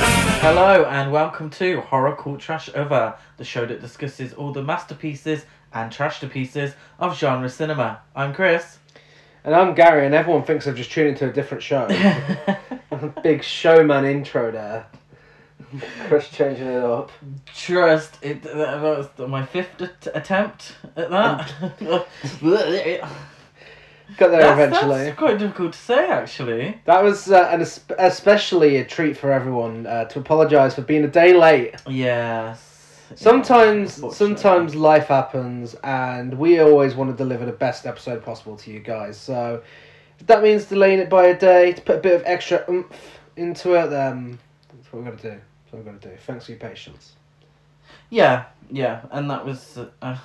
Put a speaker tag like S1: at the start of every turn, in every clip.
S1: Hello and welcome to Horror Called Trash Over, the show that discusses all the masterpieces and trash to pieces of genre cinema. I'm Chris.
S2: And I'm Gary, and everyone thinks I've just tuned into a different show. Big showman intro there. Chris changing it up.
S1: Trust it. That was my fifth at- attempt at that.
S2: Um, Got there
S1: That's-
S2: eventually.
S1: That's quite difficult to say, actually.
S2: That was uh, an es- especially a treat for everyone uh, to apologise for being a day late.
S1: Yes.
S2: Sometimes,
S1: Unfortunately.
S2: sometimes life happens, and we always want to deliver the best episode possible to you guys. So, if that means delaying it by a day to put a bit of extra oomph into it, then that's what we're gonna do. That's what we're gonna do. Thanks for your patience.
S1: Yeah, yeah, and that was uh,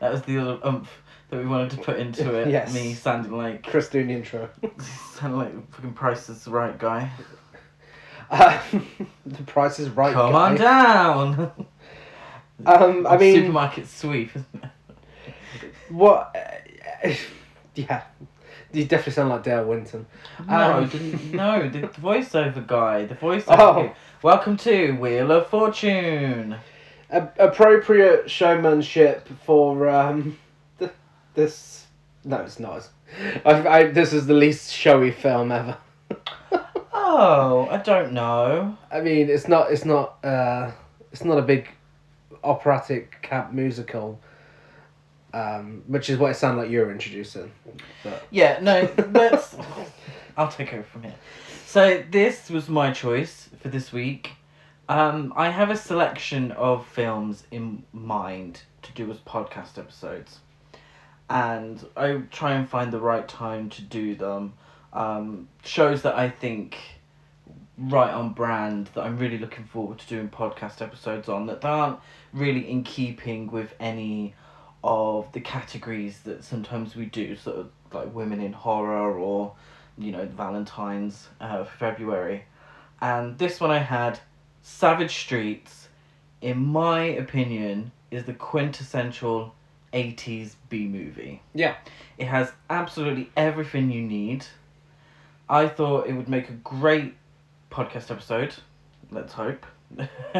S1: that was the other umph that we wanted to put into it.
S2: Yes.
S1: Me sounding like
S2: Chris doing the intro.
S1: sounding like fucking Price is Right guy.
S2: Um, the price is right.
S1: Come
S2: guy.
S1: on down.
S2: Um, I mean,
S1: supermarket sweep. isn't it?
S2: what? yeah, you definitely sound like Dale Winton.
S1: no,
S2: Um,
S1: didn't, no, the voiceover guy, the voiceover.
S2: Oh.
S1: guy. Welcome to Wheel of Fortune.
S2: A- appropriate showmanship for um, th- this. No, it's not. I, I, this is the least showy film ever.
S1: Oh, I don't know.
S2: I mean, it's not. It's not. Uh, it's not a big operatic cap musical. Um, which is what it sounded like you were introducing.
S1: Yeah, no, let's. I'll take over from here. So this was my choice for this week. Um, I have a selection of films in mind to do as podcast episodes, and I try and find the right time to do them. Um, shows that I think right on brand that I'm really looking forward to doing podcast episodes on that aren't really in keeping with any of the categories that sometimes we do, sort of like women in horror or you know Valentine's uh, February, and this one I had Savage Streets, in my opinion, is the quintessential eighties B movie.
S2: Yeah.
S1: It has absolutely everything you need. I thought it would make a great podcast episode. Let's hope.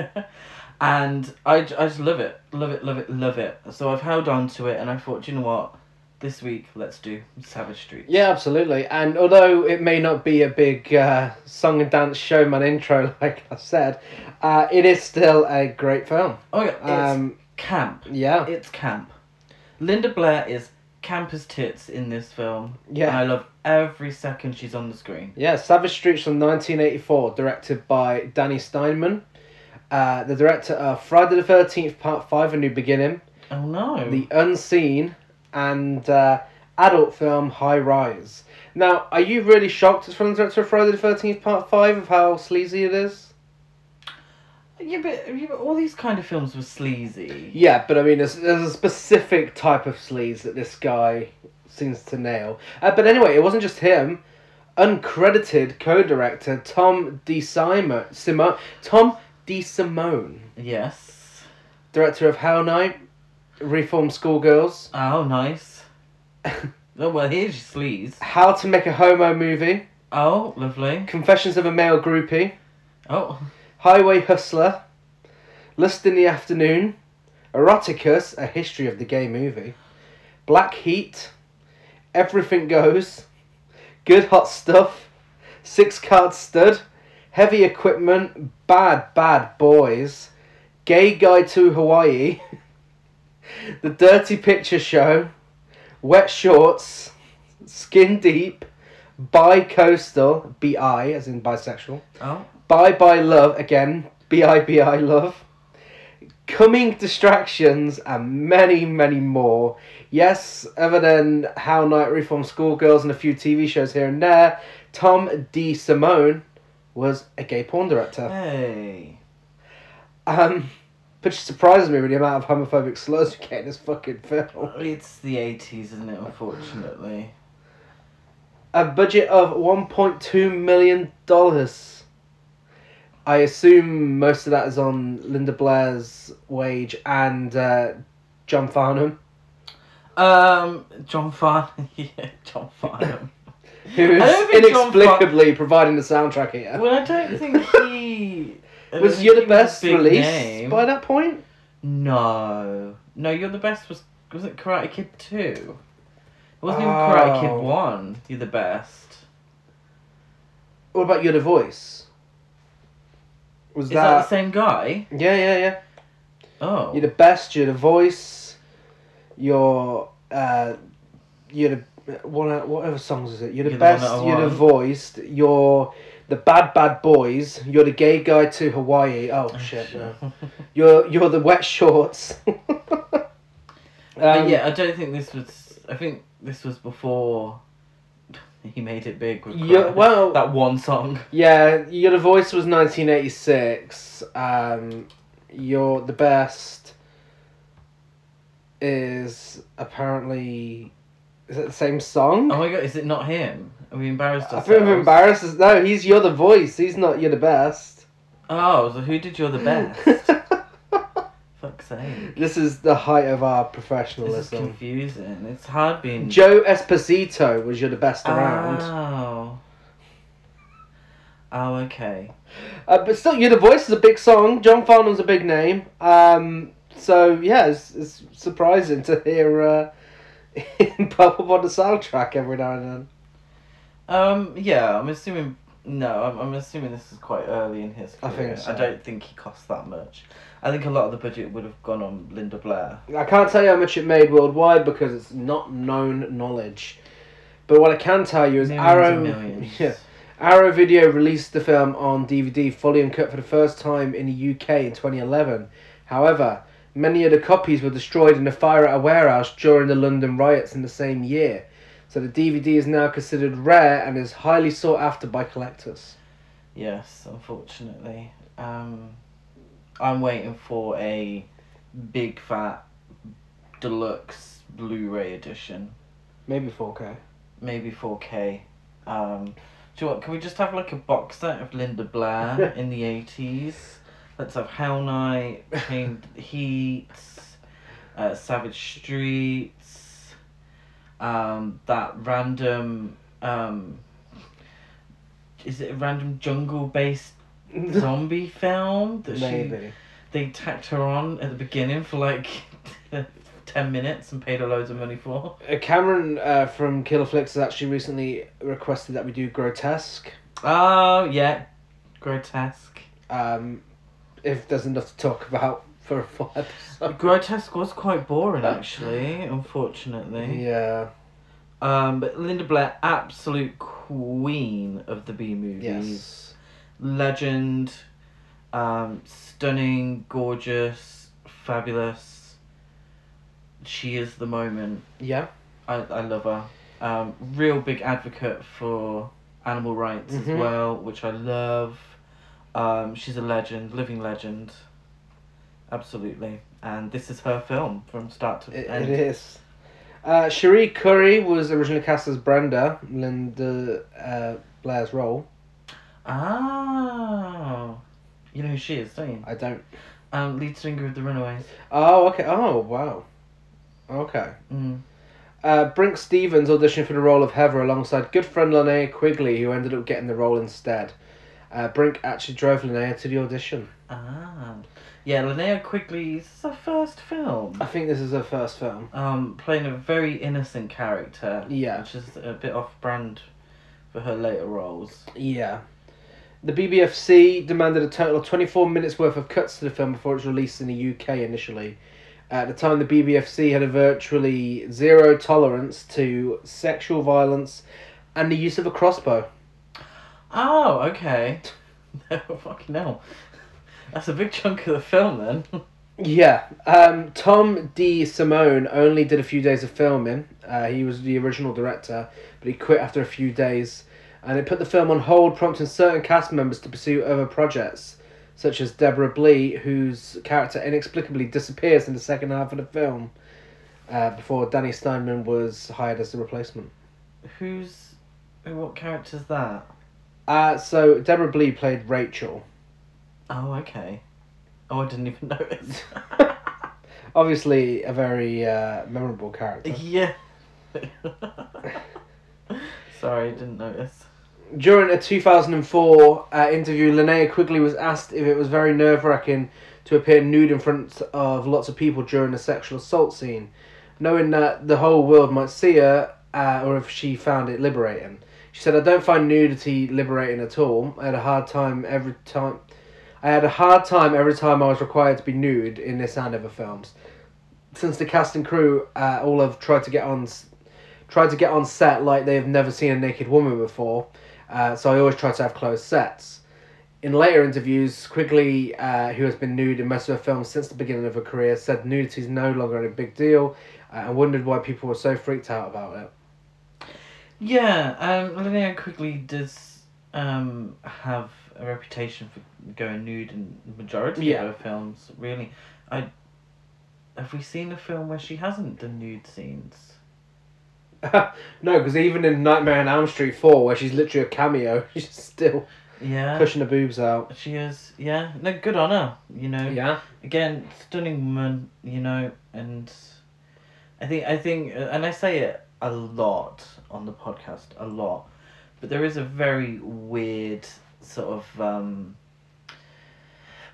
S1: and I, j- I just love it. Love it, love it, love it. So I've held on to it and I thought, "Do you know what? This week, let's do Savage Street.
S2: Yeah, absolutely. And although it may not be a big uh, song and dance showman intro, like I said, uh, it is still a great film.
S1: Oh, yeah. It's
S2: Um,
S1: camp.
S2: yeah,
S1: It's camp. Linda Blair is camp as tits in this film. And I
S2: yeah,
S1: love every second she's on the screen.
S2: yeah. Savage Streets from 1984, directed by Danny Steinman, uh, the director of Friday the 13th Part Five: A New Beginning,
S1: Oh, no.
S2: The Unseen, and uh, adult film High Rise. Now, are you really shocked it's from the director of Friday the 13th Part Five of how sleazy it is?
S1: Yeah, but, yeah, but all these kind of films were sleazy.
S2: Yeah, but I mean, there's, there's a specific type of sleaze that this guy seems to nail. Uh, but anyway, it wasn't just him. Uncredited co-director Tom D. Simon, Simo, Tom D. Simone,
S1: Yes.
S2: director of How Night, Reformed Schoolgirls,
S1: Oh, nice. oh, well, here's your sleaze.
S2: How to Make a Homo Movie,
S1: Oh, lovely.
S2: Confessions of a Male Groupie,
S1: Oh,
S2: Highway Hustler, Lust in the Afternoon, Eroticus, A History of the Gay Movie, Black Heat, Everything Goes, Good Hot Stuff, Six Card Stud, Heavy Equipment, Bad Bad Boys, Gay Guy to Hawaii, The Dirty Picture Show, Wet Shorts, Skin Deep, Bi Coastal, BI as in bisexual.
S1: oh,
S2: Bye Bye Love again, B I B I Love, Coming Distractions, and many, many more. Yes, other than How Night Reform Schoolgirls and a few TV shows here and there, Tom D. Simone was a gay porn director.
S1: hey.
S2: Um, which surprises me with the amount of homophobic slurs you get in this fucking film.
S1: It's the 80s, isn't it, unfortunately?
S2: A budget of $1.2 million. I assume most of that is on Linda Blair's wage and uh, John Farnham.
S1: Um, John Farnham. yeah, John Farnham.
S2: who
S1: I
S2: is
S1: don't think John
S2: inexplicably providing the soundtrack here.
S1: Well, I don't think he I don't
S2: was
S1: think
S2: You're the
S1: he was a
S2: Best
S1: big
S2: released
S1: name.
S2: by that point?
S1: No, no, You're the Best was was it Karate Kid two? It wasn't even
S2: Oh.
S1: Karate Kid one. You're the Best.
S2: What about You're the Voice? Was
S1: Is that, the
S2: that.
S1: same guy?
S2: Yeah, yeah, yeah.
S1: Oh,
S2: You're the best, you're the voice, you're. Uh, you're the. One, whatever songs is it? You're the
S1: You're the one
S2: best,
S1: that I
S2: you're the
S1: want.
S2: voiced, you're the bad, bad boys, you're the gay guy to Hawaii. Oh, shit, no. You're you're the wet shorts. um,
S1: But yeah, I don't think this was. I think this was before he made it big. With
S2: Yeah,
S1: Karate-
S2: well-
S1: that one song.
S2: yeah. You're the voice was nineteen eighty six. Um, you're the best. Is apparently, is it the same song?
S1: Oh my god, is it not him? Are we embarrassed?
S2: I think we're
S1: ourselves?
S2: embarrassed. as- No, he's you're the voice. He's not you're the best.
S1: Oh, so who did You're the Best? Fuck's sake.
S2: this is the height of our
S1: This is
S2: professionalism.
S1: confusing. It's hard being.
S2: Joe Esposito was you're the best
S1: Ah.
S2: around.
S1: Oh. Oh, okay.
S2: Uh, but still, you're the voice is a big song. John Farnham's a big name. Um, so yeah, it's, it's surprising to hear uh, him pop up on the soundtrack every now and then.
S1: Um, yeah, I'm assuming. No, I'm, I'm assuming this is quite early in his
S2: I
S1: career.
S2: think so.
S1: I don't think he cost that much. I think a lot of the budget would have gone on Linda Blair.
S2: I can't tell you how much it made worldwide because it's not known knowledge. But what I can tell you is
S1: Millions and
S2: Arrow.
S1: millions.
S2: Yeah, Arrow Video released the film on DVD fully uncut for the first time in the UK in 2011. However, many of the copies were destroyed in a fire at a warehouse during the London riots in the same year. So the DVD is now considered rare and is highly sought after by collectors.
S1: Yes, unfortunately. Um, I'm waiting for a big fat deluxe Blu-ray edition,
S2: Maybe 4K.
S1: maybe 4K. Um, do you know what? Can we just have like a box set of Linda Blair in the 80s? Let's have Hell Night, Chained Heat, uh, Savage Streets, um, that random. Um, is it a random jungle based zombie film that she
S2: Maybe.
S1: they tacked her on at the beginning for like ten minutes and paid her loads of money for.
S2: Uh, Cameron uh, from Killer Flicks has actually recently requested that we do Grotesque.
S1: Oh yeah, grotesque.
S2: um, if there's enough to talk about for a full episode.
S1: Grotesque was quite boring actually, unfortunately.
S2: Yeah,
S1: Um, but Linda Blair, absolute queen of the B movies,
S2: yes.
S1: legend, um, stunning, gorgeous, fabulous. She is the moment.
S2: Yeah,
S1: I, I love her. Um, real big advocate for animal rights
S2: Mhm.
S1: as well, which I love. Um, she's a legend, living legend. Absolutely. And this is her film from start to
S2: it, it
S1: end.
S2: is. Uh, Cherie Curry was originally cast as Brenda, Linda uh, Blair's role.
S1: Oh. You know who she is, don't you?
S2: I don't.
S1: Um, lead singer of The Runaways.
S2: Oh, okay. Oh, wow. Okay.
S1: Mm.
S2: Uh, Brink Stevens auditioned for the role of Heather alongside good friend Linnea Quigley, who ended up getting the role instead. Uh, Brink actually drove Linnea to the audition.
S1: Ah. Yeah, Linnea Quigley, this is her first film.
S2: I think this is her first film.
S1: um, playing a very innocent character.
S2: Yeah.
S1: Which is a bit off brand for her later roles.
S2: Yeah. The BBFC demanded a total of 24 minutes worth of cuts to the film before it was released in the UK initially. At the time, the BBFC had a virtually zero tolerance to sexual violence and the use of a crossbow.
S1: Oh, okay. No, fucking hell. That's a big chunk of the film then.
S2: Yeah, um, Tom D. Simone only did a few days of filming. Uh, he was the original director, but he quit after a few days, and it put the film on hold, prompting certain cast members to pursue other projects, such as Deborah Blee, whose character inexplicably disappears in the second half of the film, uh, before Danny Steinman was hired as the replacement.
S1: Who's. who- What character's that?
S2: Uh, so Deborah Blee played Rachel.
S1: Oh, okay. Oh, I didn't even notice.
S2: Obviously, a very uh, memorable character.
S1: yeah. Sorry, didn't notice.
S2: During a 2004 uh, interview, Linnea Quigley was asked if it was very nerve wracking to appear nude in front of lots of people during a sexual assault scene, knowing that the whole world might see her, uh, or if she found it liberating. She said, "I don't find nudity liberating at all. I had a hard time every time. I had a hard time every time I was required to be nude in this and other films. Since the cast and crew uh, all have tried to get on, s- tried to get on set like they have never seen a naked woman before." Uh, so I always try to have closed sets. In later interviews, Quigley, uh, who has been nude in most of her films since the beginning of her career, said nudity is no longer a big deal uh, and wondered why people were so freaked out about it.
S1: Yeah, um, Linnea Quigley does um, have a reputation for going nude in the majority
S2: Yeah.
S1: of her films. Really, I have we seen a film where she hasn't done nude scenes?
S2: No, because even in Nightmare on Elm Street 4, where she's literally a cameo, she's still
S1: Yeah,
S2: pushing her boobs out.
S1: she is. Yeah, no, good on her. You know,
S2: Yeah.
S1: again, stunning woman. You know, and I think I think, uh, and I say it a lot on the podcast, a lot, but there is a very weird sort of. Um,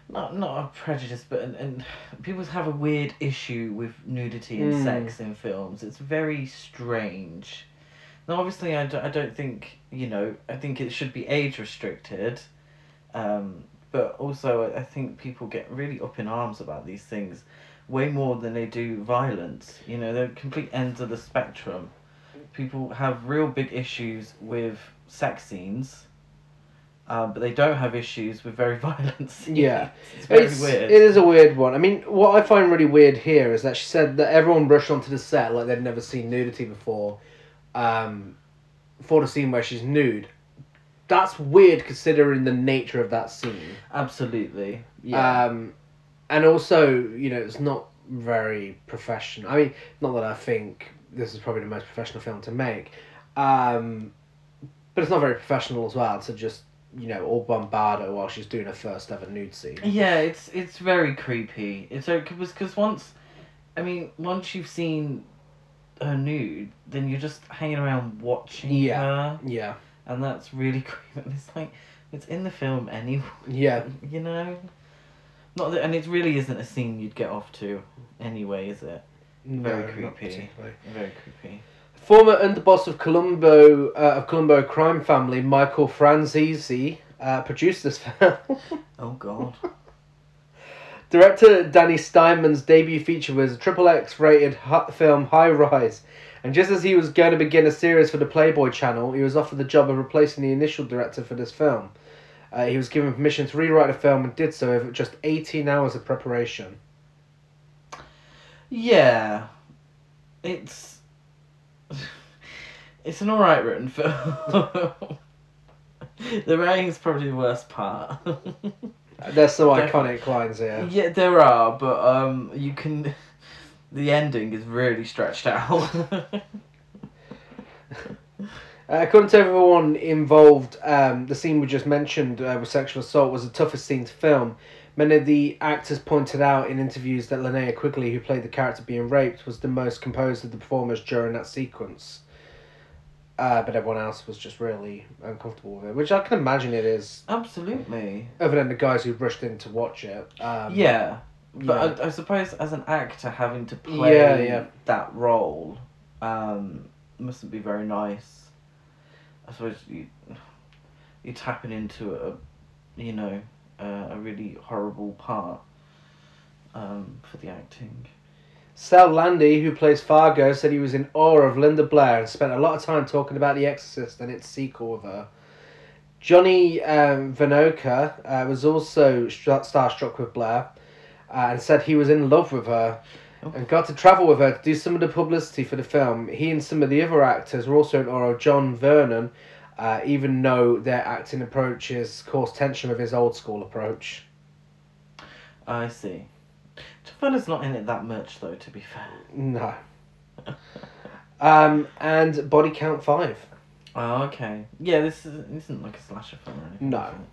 S1: not not a prejudice, but and, and people have a weird issue with nudity and
S2: Mm.
S1: sex in films. It's very strange. Now, obviously, I, do, I don't think you know. I think it should be age restricted, um, but also I I think people get really up in arms about these things, way more than they do violence. You know, they're complete ends of the spectrum. People have real big issues with sex scenes. Uh, but they don't have issues with very violent scenes.
S2: Yeah.
S1: It's very
S2: it's,
S1: weird.
S2: It is a weird one. I mean, what I find really weird here is that she said that everyone rushed onto the set like they'd never seen nudity before, um, for the scene where she's nude. That's weird considering the nature of that scene.
S1: Absolutely. Uh, Yeah.
S2: Um, and also, you know, it's not very professional. I mean, not that I think this is probably the most professional film to make, um, but it's not very professional as well to just, you know, all bombard her while she's doing her first ever nude scene.
S1: yeah, it's it's very creepy. It's because because once, I mean, once you've seen her nude, then you're just hanging around watching
S2: Yeah.
S1: her,
S2: Yeah.
S1: and that's really creepy. And it's like it's in the film anyway.
S2: Yeah.
S1: You know. Not that, and it really isn't a scene you'd get off to, anyway, is it? Very
S2: not
S1: creepy.
S2: particularly.
S1: Very creepy.
S2: Former underboss of Colombo uh, of Colombo crime family Michael Franzese uh, produced this film.
S1: Oh God.
S2: Director Danny Steinman's debut feature was a triple X rated hu- film High Rise, and just as he was going to begin a series for the Playboy Channel, he was offered the job of replacing the initial director for this film. Uh, he was given permission to rewrite the film and did so over just 18 hours of preparation.
S1: Yeah, it's it's an alright written film. the writing's probably the worst part.
S2: Uh, There's some
S1: Definitely.
S2: iconic lines here.
S1: yeah, there are, but um, you can. The ending is really stretched out.
S2: Uh, according to everyone involved, um, the scene we just mentioned uh, with sexual assault was the toughest scene to film. Many of the actors pointed out in interviews that Linnea Quigley, who played the character being raped, was the most composed of the performers during that sequence. Uh, but everyone else was just really uncomfortable with it, which I can imagine it is,
S1: Absolutely.
S2: other than the guys who rushed in to watch it.
S1: yeah,
S2: Um, yeah.
S1: but I, I suppose as an actor having to play
S2: Yeah, yeah.
S1: that role, um, mustn't be very nice. I suppose you you're tapping into a, you know, uh, a really horrible part. Um, for the acting.
S2: Sal Landy, who plays Fargo, said he was in awe of Linda Blair and spent a lot of time talking about The Exorcist and its sequel with her. Johnny um, Vanoka uh, was also stra- starstruck with Blair uh, and said he was in love with her and got to travel with her to do some of the publicity for the film. He and some of the other actors were also in awe of John Vernon, uh, even though their acting approaches caused tension with his old school approach.
S1: I see. Tafella's not in it that much though. To be fair.
S2: No. Um, and Body Count 5.
S1: Oh, okay. Yeah, this isn't, this isn't like a slasher film or anything.
S2: No.
S1: is it?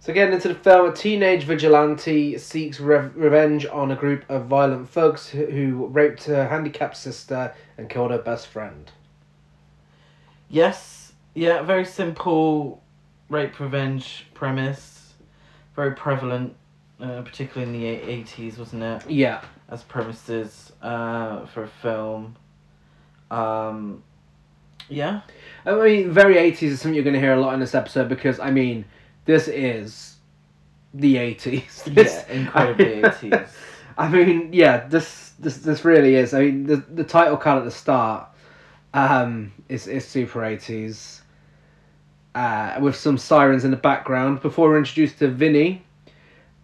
S2: So getting into the film, a teenage vigilante seeks rev- revenge on a group of violent thugs who- who raped her handicapped sister and killed her best friend.
S1: Yes, Yeah, very simple rape revenge premise. Very prevalent, uh, particularly in the eight- 80s, wasn't it?
S2: Yeah.
S1: As premises uh, for a film. Um, yeah.
S2: I mean, very 80s is something you're going to hear a lot in this episode because, I mean, this is the 80s. This-
S1: Yeah, incredibly 80s.
S2: I mean, yeah, this this this really is. I mean, the the title card at the start um, is is super eighties, uh, with some sirens in the background. Before we're introduced to Vinny,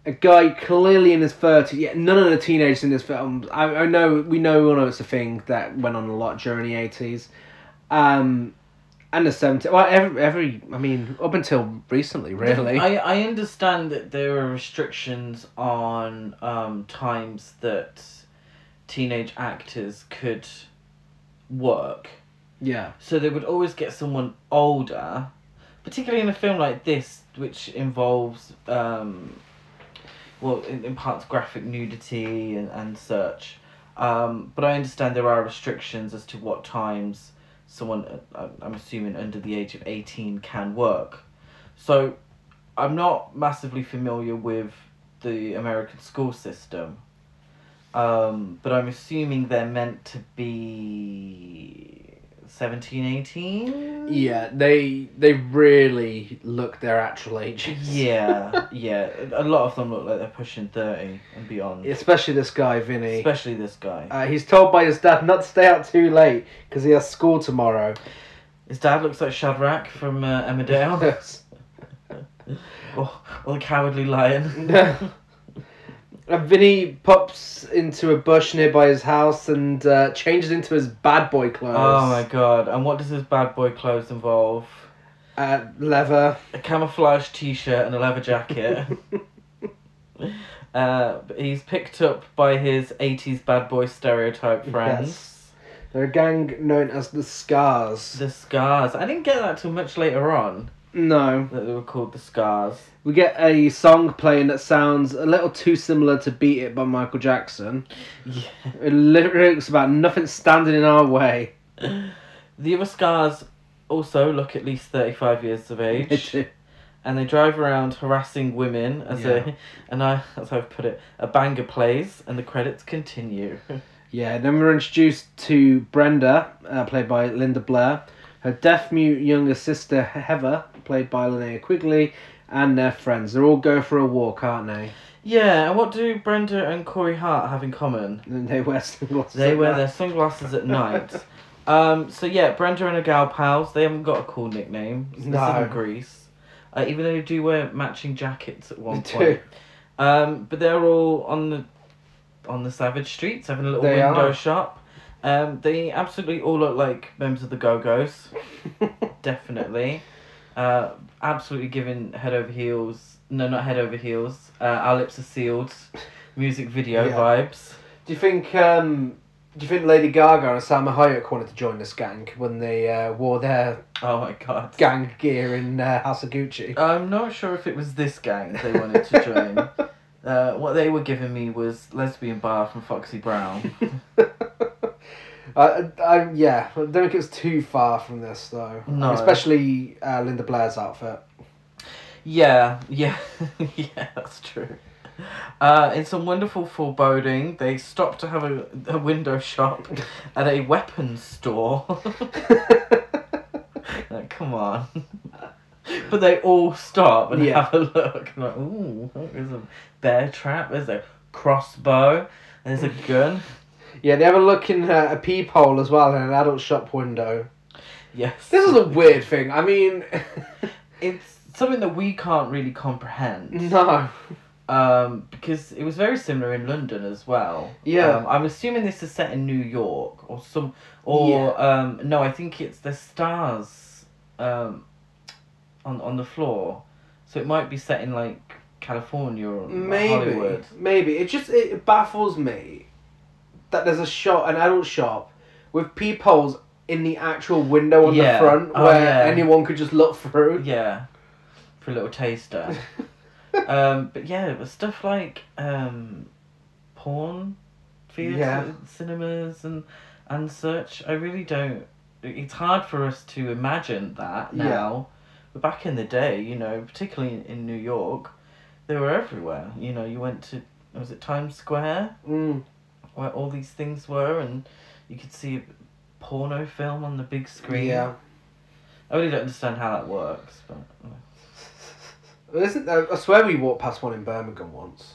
S2: a guy clearly in his thirties. Yeah, none of the teenagers in this film. I, I know we know we all know it's a thing that went on a lot during the eighties, um, and the seventies. Well, every every I mean, up until recently, really.
S1: I, I understand that there are restrictions on um, times that teenage actors could work.
S2: yeah.
S1: So they would always get someone older, particularly in a film like this, which involves, um, well, in, in parts graphic nudity and, and such. Um, but I understand there are restrictions as to what times someone, uh, I'm- I'm assuming under the age of 18, can work. So I'm not massively familiar with the American school system. Um, but I'm assuming they're meant to be 17, 18?
S2: Yeah, they they really look their actual ages.
S1: Yeah, yeah. A lot of them look like they're pushing 30 and beyond.
S2: Especially this guy, Vinny.
S1: Especially this guy.
S2: Uh, he's told by his dad not to stay out too late because he has school tomorrow.
S1: His dad looks like Shadrach from uh, Emmerdale,
S2: Yes.
S1: or, or the Cowardly Lion.
S2: and Vinny pops into a bush nearby his house and uh, changes into his bad boy clothes.
S1: Oh my god, and what does his bad boy clothes involve?
S2: Uh, leather.
S1: A camouflage t shirt and a leather jacket. Uh, but he's picked up by his 80s bad boy stereotype friends.
S2: They're a gang known as the Scars.
S1: The Scars. I didn't get that till much later on,
S2: No.
S1: that they were called The Scars.
S2: We get a song playing that sounds a little too similar to Beat It by Michael Jackson.
S1: Yeah.
S2: It lyrics about nothing standing in our way.
S1: The other Scars also look at least 35 years of age. and they drive around harassing women as
S2: Yeah.
S1: a and I as I've put it, a banger plays and the credits continue.
S2: Yeah, then we're introduced to Brenda, uh, played by Linda Blair, her deaf mute younger sister Heather, played by Linnea Quigley, and their friends. They all go for a walk, aren't they?
S1: yeah, and what do Brenda and Corey Hart have in common?
S2: And they wear sunglasses.
S1: They
S2: at
S1: wear
S2: night.
S1: their sunglasses at night. Um, so yeah, Brenda and her gal pals, they haven't got a cool nickname. This
S2: No.
S1: isn't Greece. Uh, even though they do wear matching jackets at one
S2: They
S1: point. Um, but they're all on the on the savage streets having a little
S2: They
S1: window
S2: are.
S1: shop. Um, they absolutely all look like members of the Go Go's. definitely. Uh, absolutely giving head over heels. No, not head over heels. Uh, our lips are sealed. Music video
S2: Yeah.
S1: vibes.
S2: do you think? Um, do you think Lady Gaga and Salma Hayek wanted to join this gang when they uh, wore their
S1: Oh my god.
S2: gang gear in uh, House of Gucci?
S1: I'm not sure if it was this gang they wanted to join. Uh, what they were giving me was lesbian bar from Foxy Brown.
S2: I, Uh, I, yeah, I don't think it was too far from this though.
S1: No.
S2: Especially uh, Linda Blair's outfit.
S1: Yeah, yeah, yeah, that's true. Uh, in some wonderful foreboding, they stopped to have a, a window shop at a weapons store. Like, come on. but they all stop and
S2: Yeah.
S1: have a look. And like, ooh, there's a bear trap, there's a crossbow, there's a gun.
S2: yeah, they have a look in uh, a peephole as well in an adult shop window.
S1: Yes.
S2: This is a weird thing. I mean,
S1: It's something that we can't really comprehend.
S2: no.
S1: Um, because it was very similar in London as well.
S2: Yeah.
S1: Um, I'm assuming this is set in New York or some. Or, um, no, I think it's the stars um, on, on the floor. So it might be set in like California or like,
S2: Maybe,
S1: Hollywood.
S2: maybe it just it baffles me that there's a shop, an adult shop, with peepholes in the actual window on
S1: Yeah.
S2: the front
S1: Oh,
S2: where
S1: yeah.
S2: anyone could just look through.
S1: Yeah, for a little taster. um, but yeah, it was stuff like um, porn theater
S2: Yeah.
S1: cinemas and and such. I really don't it's hard for us to imagine that
S2: Yeah.
S1: now. But back in the day, you know, particularly in, in New York, they were everywhere. You know, you went to was it Times Square
S2: Mm.
S1: where all these things were, and you could see a porno film on the big screen.
S2: Mm, Yeah.
S1: I really don't understand how that works, but you know.
S2: Well, Isn't there, I swear we walked past one in Birmingham once.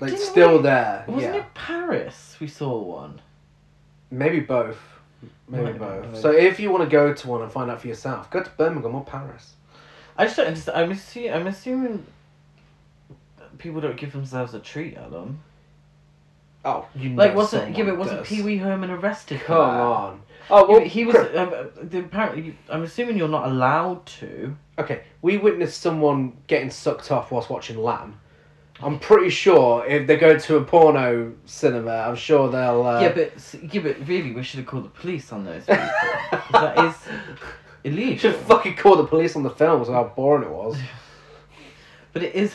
S2: Like
S1: Didn't
S2: still
S1: we?
S2: there.
S1: wasn't
S2: yeah.
S1: it Paris? We saw one.
S2: Maybe both. Maybe
S1: Might be
S2: both.
S1: both.
S2: So if you want to go to one and find out for yourself, go to Birmingham or Paris.
S1: I just don't understand. I'm assuming. I'm assuming people don't give themselves a treat, Adam.
S2: Oh, you
S1: Like
S2: know
S1: wasn't yeah,
S2: someone
S1: but wasn't
S2: does.
S1: Pee Wee Herman arrested? for
S2: Come
S1: that?
S2: on. Oh
S1: Yeah,
S2: well,
S1: but he was
S2: cr-
S1: um, uh, the- apparently. I'm assuming you're not allowed to.
S2: okay. We witnessed someone getting sucked off whilst watching Lamb. I'm pretty sure if they go to a porno cinema, I'm sure they'll. Uh,
S1: yeah, but s- yeah, but really, we should have called the police on those. people. that is
S2: You
S1: illegal.
S2: should fucking call the police on the films. How boring it was.
S1: But it is.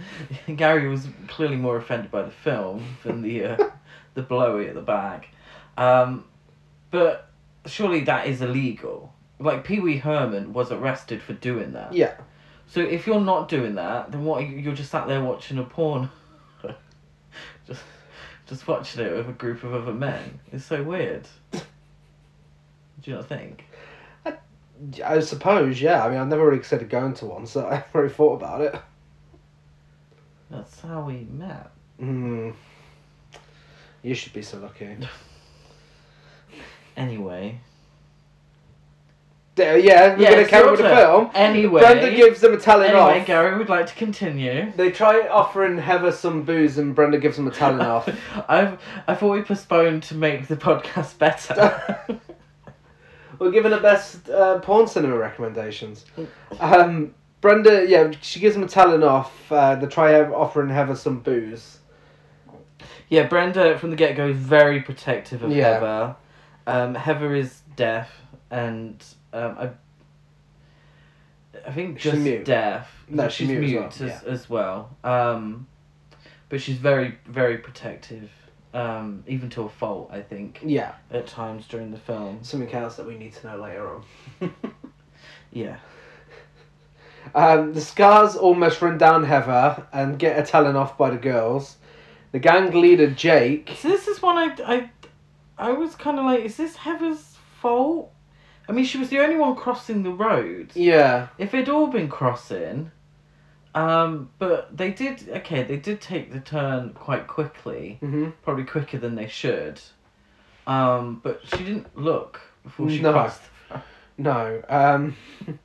S1: Gary was clearly more offended by the film than the uh, the blowy at the back. Um, but surely that is illegal. Like Pee Wee Herman was arrested for doing that.
S2: Yeah.
S1: So if you're not doing that, then what? Are you, you're just sat there watching a porn. just, just watching it with a group of other men. It's so weird. Do you not think?
S2: I suppose, yeah. I mean, I've never really considered going to one, so I haven't really thought about it.
S1: That's how we met.
S2: Hmm. You should be so lucky.
S1: Anyway.
S2: D- Yeah, we're
S1: Yeah,
S2: going to
S1: it's
S2: carry
S1: your
S2: on with the
S1: turn.
S2: film.
S1: Anyway.
S2: Brenda gives them a telling
S1: Anyway,
S2: off.
S1: Gary would like to continue.
S2: They try offering Heather some booze, and Brenda gives them a telling off.
S1: I've I thought we postponed to make the podcast better.
S2: We're giving the best uh, porn cinema recommendations. Um, Brenda, yeah, she gives them a telling off. Uh, they try offering Heather some booze.
S1: yeah, Brenda from the get go is very protective of
S2: Yeah.
S1: Heather. Um, Heather is deaf, and um, I, I think
S2: She's
S1: just
S2: mute.
S1: deaf.
S2: No,
S1: Yeah,
S2: she's
S1: she's
S2: mute as well,
S1: as, as well. Um, but she's very very protective, um, even to a fault. I think
S2: Yeah,
S1: at times during the film.
S2: something else that we need to know later on.
S1: Yeah,
S2: Um, the scars almost run down Heather and get a telling off by the girls. The gang leader Jake.
S1: so this is one I I, I was kind of like, is this Heather's fault? I mean, she was the only one crossing the road.
S2: Yeah,
S1: if they'd all been crossing, um, but they did okay. They did take the turn quite quickly,
S2: mm-hmm.
S1: probably quicker than they should. Um, but she didn't look before she
S2: No.
S1: crossed.
S2: no. Um,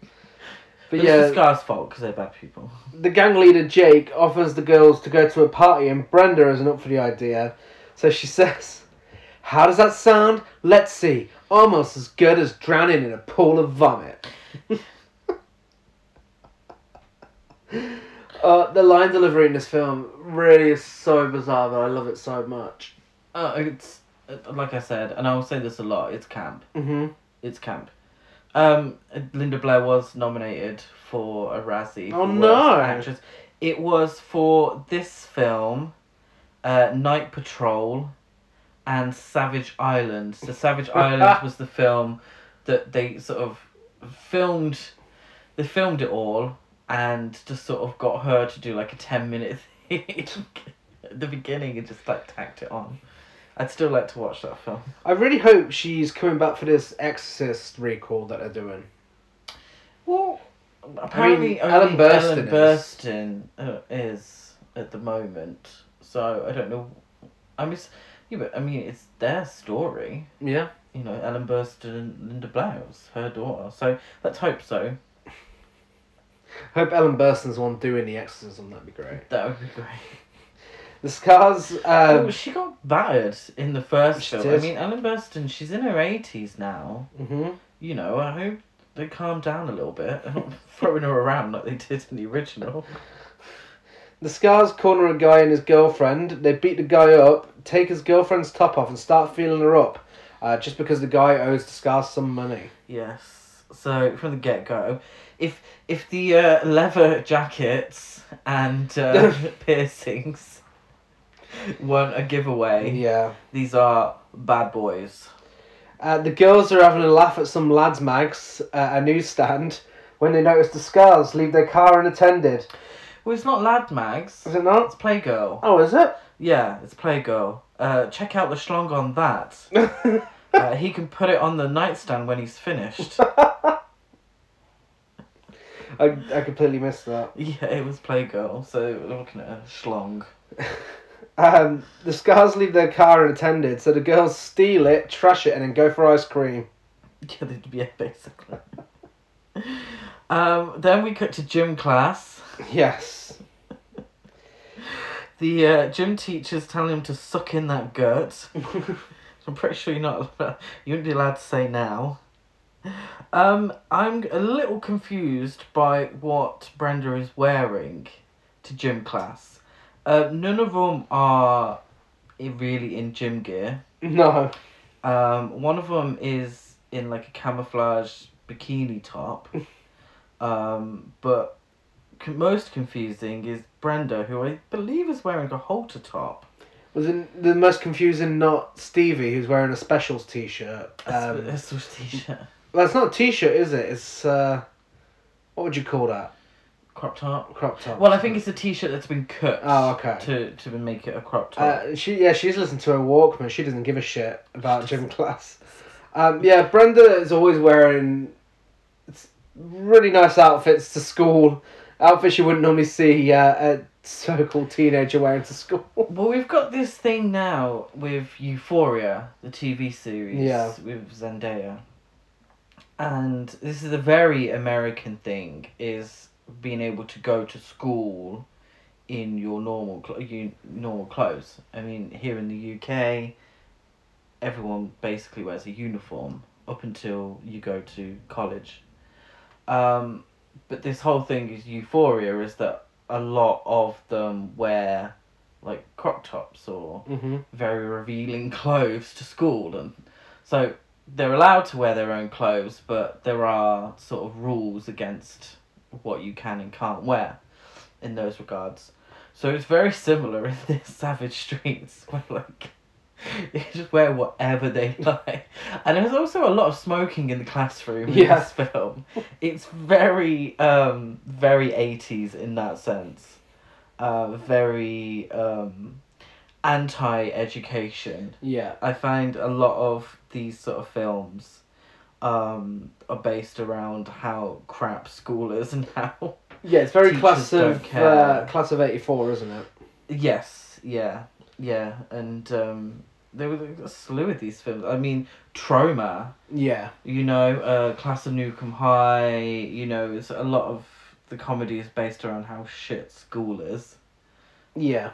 S1: But
S2: but
S1: it's the
S2: yeah,
S1: Scar's fault because they're bad people.
S2: the gang leader Jake offers the girls to go to a party, and Brenda isn't up for the idea, so she says, "How does that sound? Let's see. Almost as good as drowning in a pool of vomit." uh, the line delivery in this film really is so bizarre, but I love it so much.
S1: Uh, it's uh, like I said, and I will say this a lot. It's camp.
S2: Mm-hmm.
S1: It's camp. Um, Linda Blair was nominated for a Razzie.
S2: Oh,
S1: for worst
S2: no.
S1: Actress. It was for this film, uh, Night Patrol, and Savage Island. So Savage Island was the film that they sort of filmed. They filmed it all and just sort of got her to do like a ten minute thing at the beginning and just like tacked it on. I'd still like to watch that film.
S2: I really hope she's coming back for this Exorcist recall that they're doing.
S1: Well, apparently
S2: I mean, Ellen
S1: only Ellen
S2: Burstyn
S1: Burstyn uh, is at the moment, so I don't know. I mean, yeah, but I mean, it's their story.
S2: Yeah.
S1: You know, Ellen Burstyn and Linda Blair was her daughter, so let's hope so.
S2: Hope Ellen Burstyn's the one doing the exorcism. That'd be great.
S1: That would be great.
S2: Um, The scars.
S1: oh,
S2: Um,
S1: she got battered in the first
S2: She
S1: film.
S2: did.
S1: I mean, Ellen Burstyn, she's in her eighties now.
S2: hmm
S1: You know, I hope they calm down a little bit. They're not throwing her around like they did in the original.
S2: The scars corner a guy and his girlfriend. They beat the guy up, take his girlfriend's top off, and start feeling her up, uh, just because the guy owes the scars some money.
S1: Yes. So from the get go, if if the uh, leather jackets and uh, piercings weren't a giveaway,
S2: Yeah.
S1: these are bad boys.
S2: Uh, the girls are having a laugh at some lads' mags at a newsstand when they notice the scars leave their car unattended.
S1: Well, it's not Lad Mags.
S2: Is it not?
S1: It's Playgirl.
S2: Oh, is it?
S1: Yeah, it's Playgirl. Uh, check out the schlong on that. Uh, he can put it on the nightstand when he's finished.
S2: I, I completely missed that.
S1: yeah, it was Playgirl, so we're looking at a schlong.
S2: Um, the scars leave their car unattended, so the girls steal it, trash it, and then go for ice cream.
S1: Yeah, they'd be yeah, basically. um, then we cut to gym class.
S2: Yes.
S1: The uh, gym teacher's telling him to suck in that gut. I'm pretty sure you're not. You wouldn't be allowed to say now. Um, I'm a little confused by what Brenda is wearing to gym class. Uh, none of them are i- really in gym gear.
S2: no.
S1: Um, one of them is in like a camouflage bikini top. Um, but con- most confusing is Brenda, who I believe is wearing a halter top.
S2: Was it the most confusing not Stevie, who's wearing a specials t shirt?
S1: That's
S2: Um,
S1: that's what t-shirt.
S2: well, it's not a t shirt, is it? It's, uh, what would you call that?
S1: Crop top.
S2: Crop top.
S1: Well, I think it's a T-shirt that's been cut.
S2: Oh, okay.
S1: To to make it a crop top.
S2: Uh, she yeah, she's listened to her Walkman. She doesn't give a shit about gym class. Um, yeah, Brenda is always wearing it's really nice outfits to school. Outfits you wouldn't normally see uh, a so-called teenager wearing to school.
S1: well, we've got this thing now with Euphoria, the TV series.
S2: Yeah.
S1: With Zendaya. And this is a very American thing: is being able to go to school in your normal cl- you, normal clothes. I mean, here in the UK, everyone basically wears a uniform up until you go to college. Um, but this whole thing is euphoria is that a lot of them wear like crop tops or
S2: Mm-hmm.
S1: very revealing clothes to school and so they're allowed to wear their own clothes but there are sort of rules against what you can and can't wear in those regards so it's very similar in this savage streets where like they just wear whatever they like and there's also a lot of smoking in the classroom in
S2: Yeah.
S1: this film it's very um very 80s in that sense uh very um anti education.
S2: Yeah.
S1: I find a lot of these sort of films um, are based around how crap school is and how.
S2: Yeah, it's very
S1: Teachers
S2: class
S1: don't
S2: of
S1: care.
S2: uh, class of eighty four, isn't it?
S1: yes, yeah, yeah. And um, there was a slew of these films. I mean, Trauma,
S2: Yeah.
S1: you know, uh, Class of Newcomb High, you know, it's a lot of the comedy is based around how shit school is.
S2: Yeah.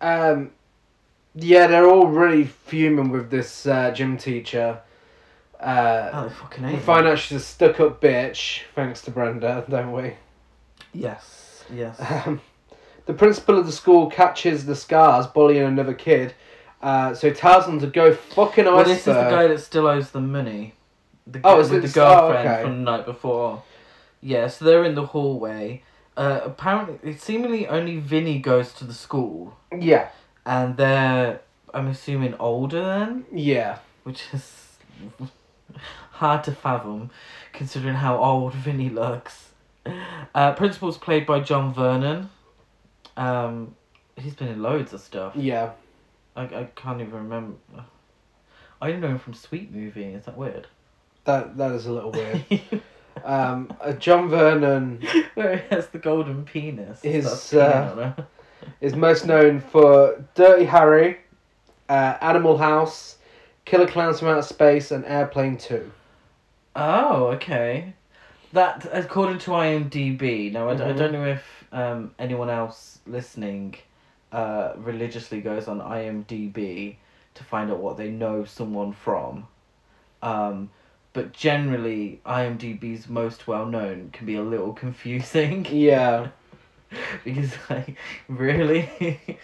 S2: Um, yeah, they're all really fuming with this uh, gym teacher. Uh,
S1: Oh, fucking
S2: We
S1: hate it.
S2: find out she's a stuck up bitch, thanks to Brenda, don't we?
S1: Yes, yes.
S2: Um, the principal of the school catches the scars bullying another kid, uh, so tells them to go fucking
S1: Well, this is the
S2: iceberg.
S1: guy that still owes them money. The
S2: Oh,
S1: oh,
S2: is
S1: with
S2: it-
S1: the girlfriend
S2: oh, okay.
S1: from the night before. Yeah, so they're in the hallway. Uh, apparently, seemingly only Vinny goes to the school,
S2: Yeah,
S1: and they're, I'm assuming, older then,
S2: yeah.
S1: which is hard to fathom, considering how old Vinny looks. Uh, principal's played by John Vernon. Um, he's been in loads of stuff.
S2: Yeah.
S1: I, I can't even remember. I only know him from Sweet Movie. Is that weird?
S2: That that is a little weird. um, uh, John Vernon
S1: Where he has the golden penis.
S2: His,
S1: That's
S2: uh,
S1: peanut, huh?
S2: is most known for Dirty Harry, uh, Animal House, Killer Clowns from Outer Space, and Airplane Two.
S1: Oh, okay. That according to IMDb. Now I, d- I don't know if um, anyone else listening uh, religiously goes on IMDb to find out what they know someone from. Um, but generally, IMDb's most well known can be a little confusing.
S2: Yeah.
S1: because like really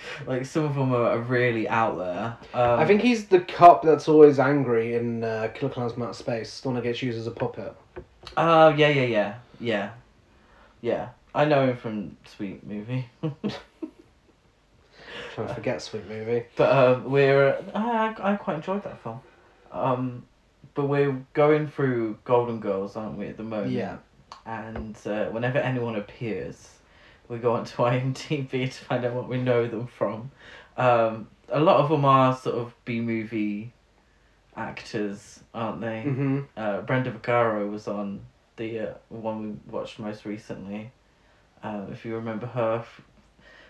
S1: like some of them are, are really out there um,
S2: I think he's the cop that's always angry in uh, Killer Clowns from Outer Space, the one that gets used as a puppet.
S1: oh yeah yeah yeah yeah yeah i know him from sweet movie
S2: Trying to forget Sweet Movie.
S1: but um we're I, I, I quite enjoyed that film Um, but we're going through Golden Girls, aren't we, at the moment?
S2: Yeah.
S1: And uh, whenever anyone appears, we go onto IMDb to find out what we know them from. Um, a lot of them are sort of B movie actors, aren't they?
S2: hmm
S1: Uh, Brenda Vaccaro was on the uh, one we watched most recently. Uh, if you remember her f-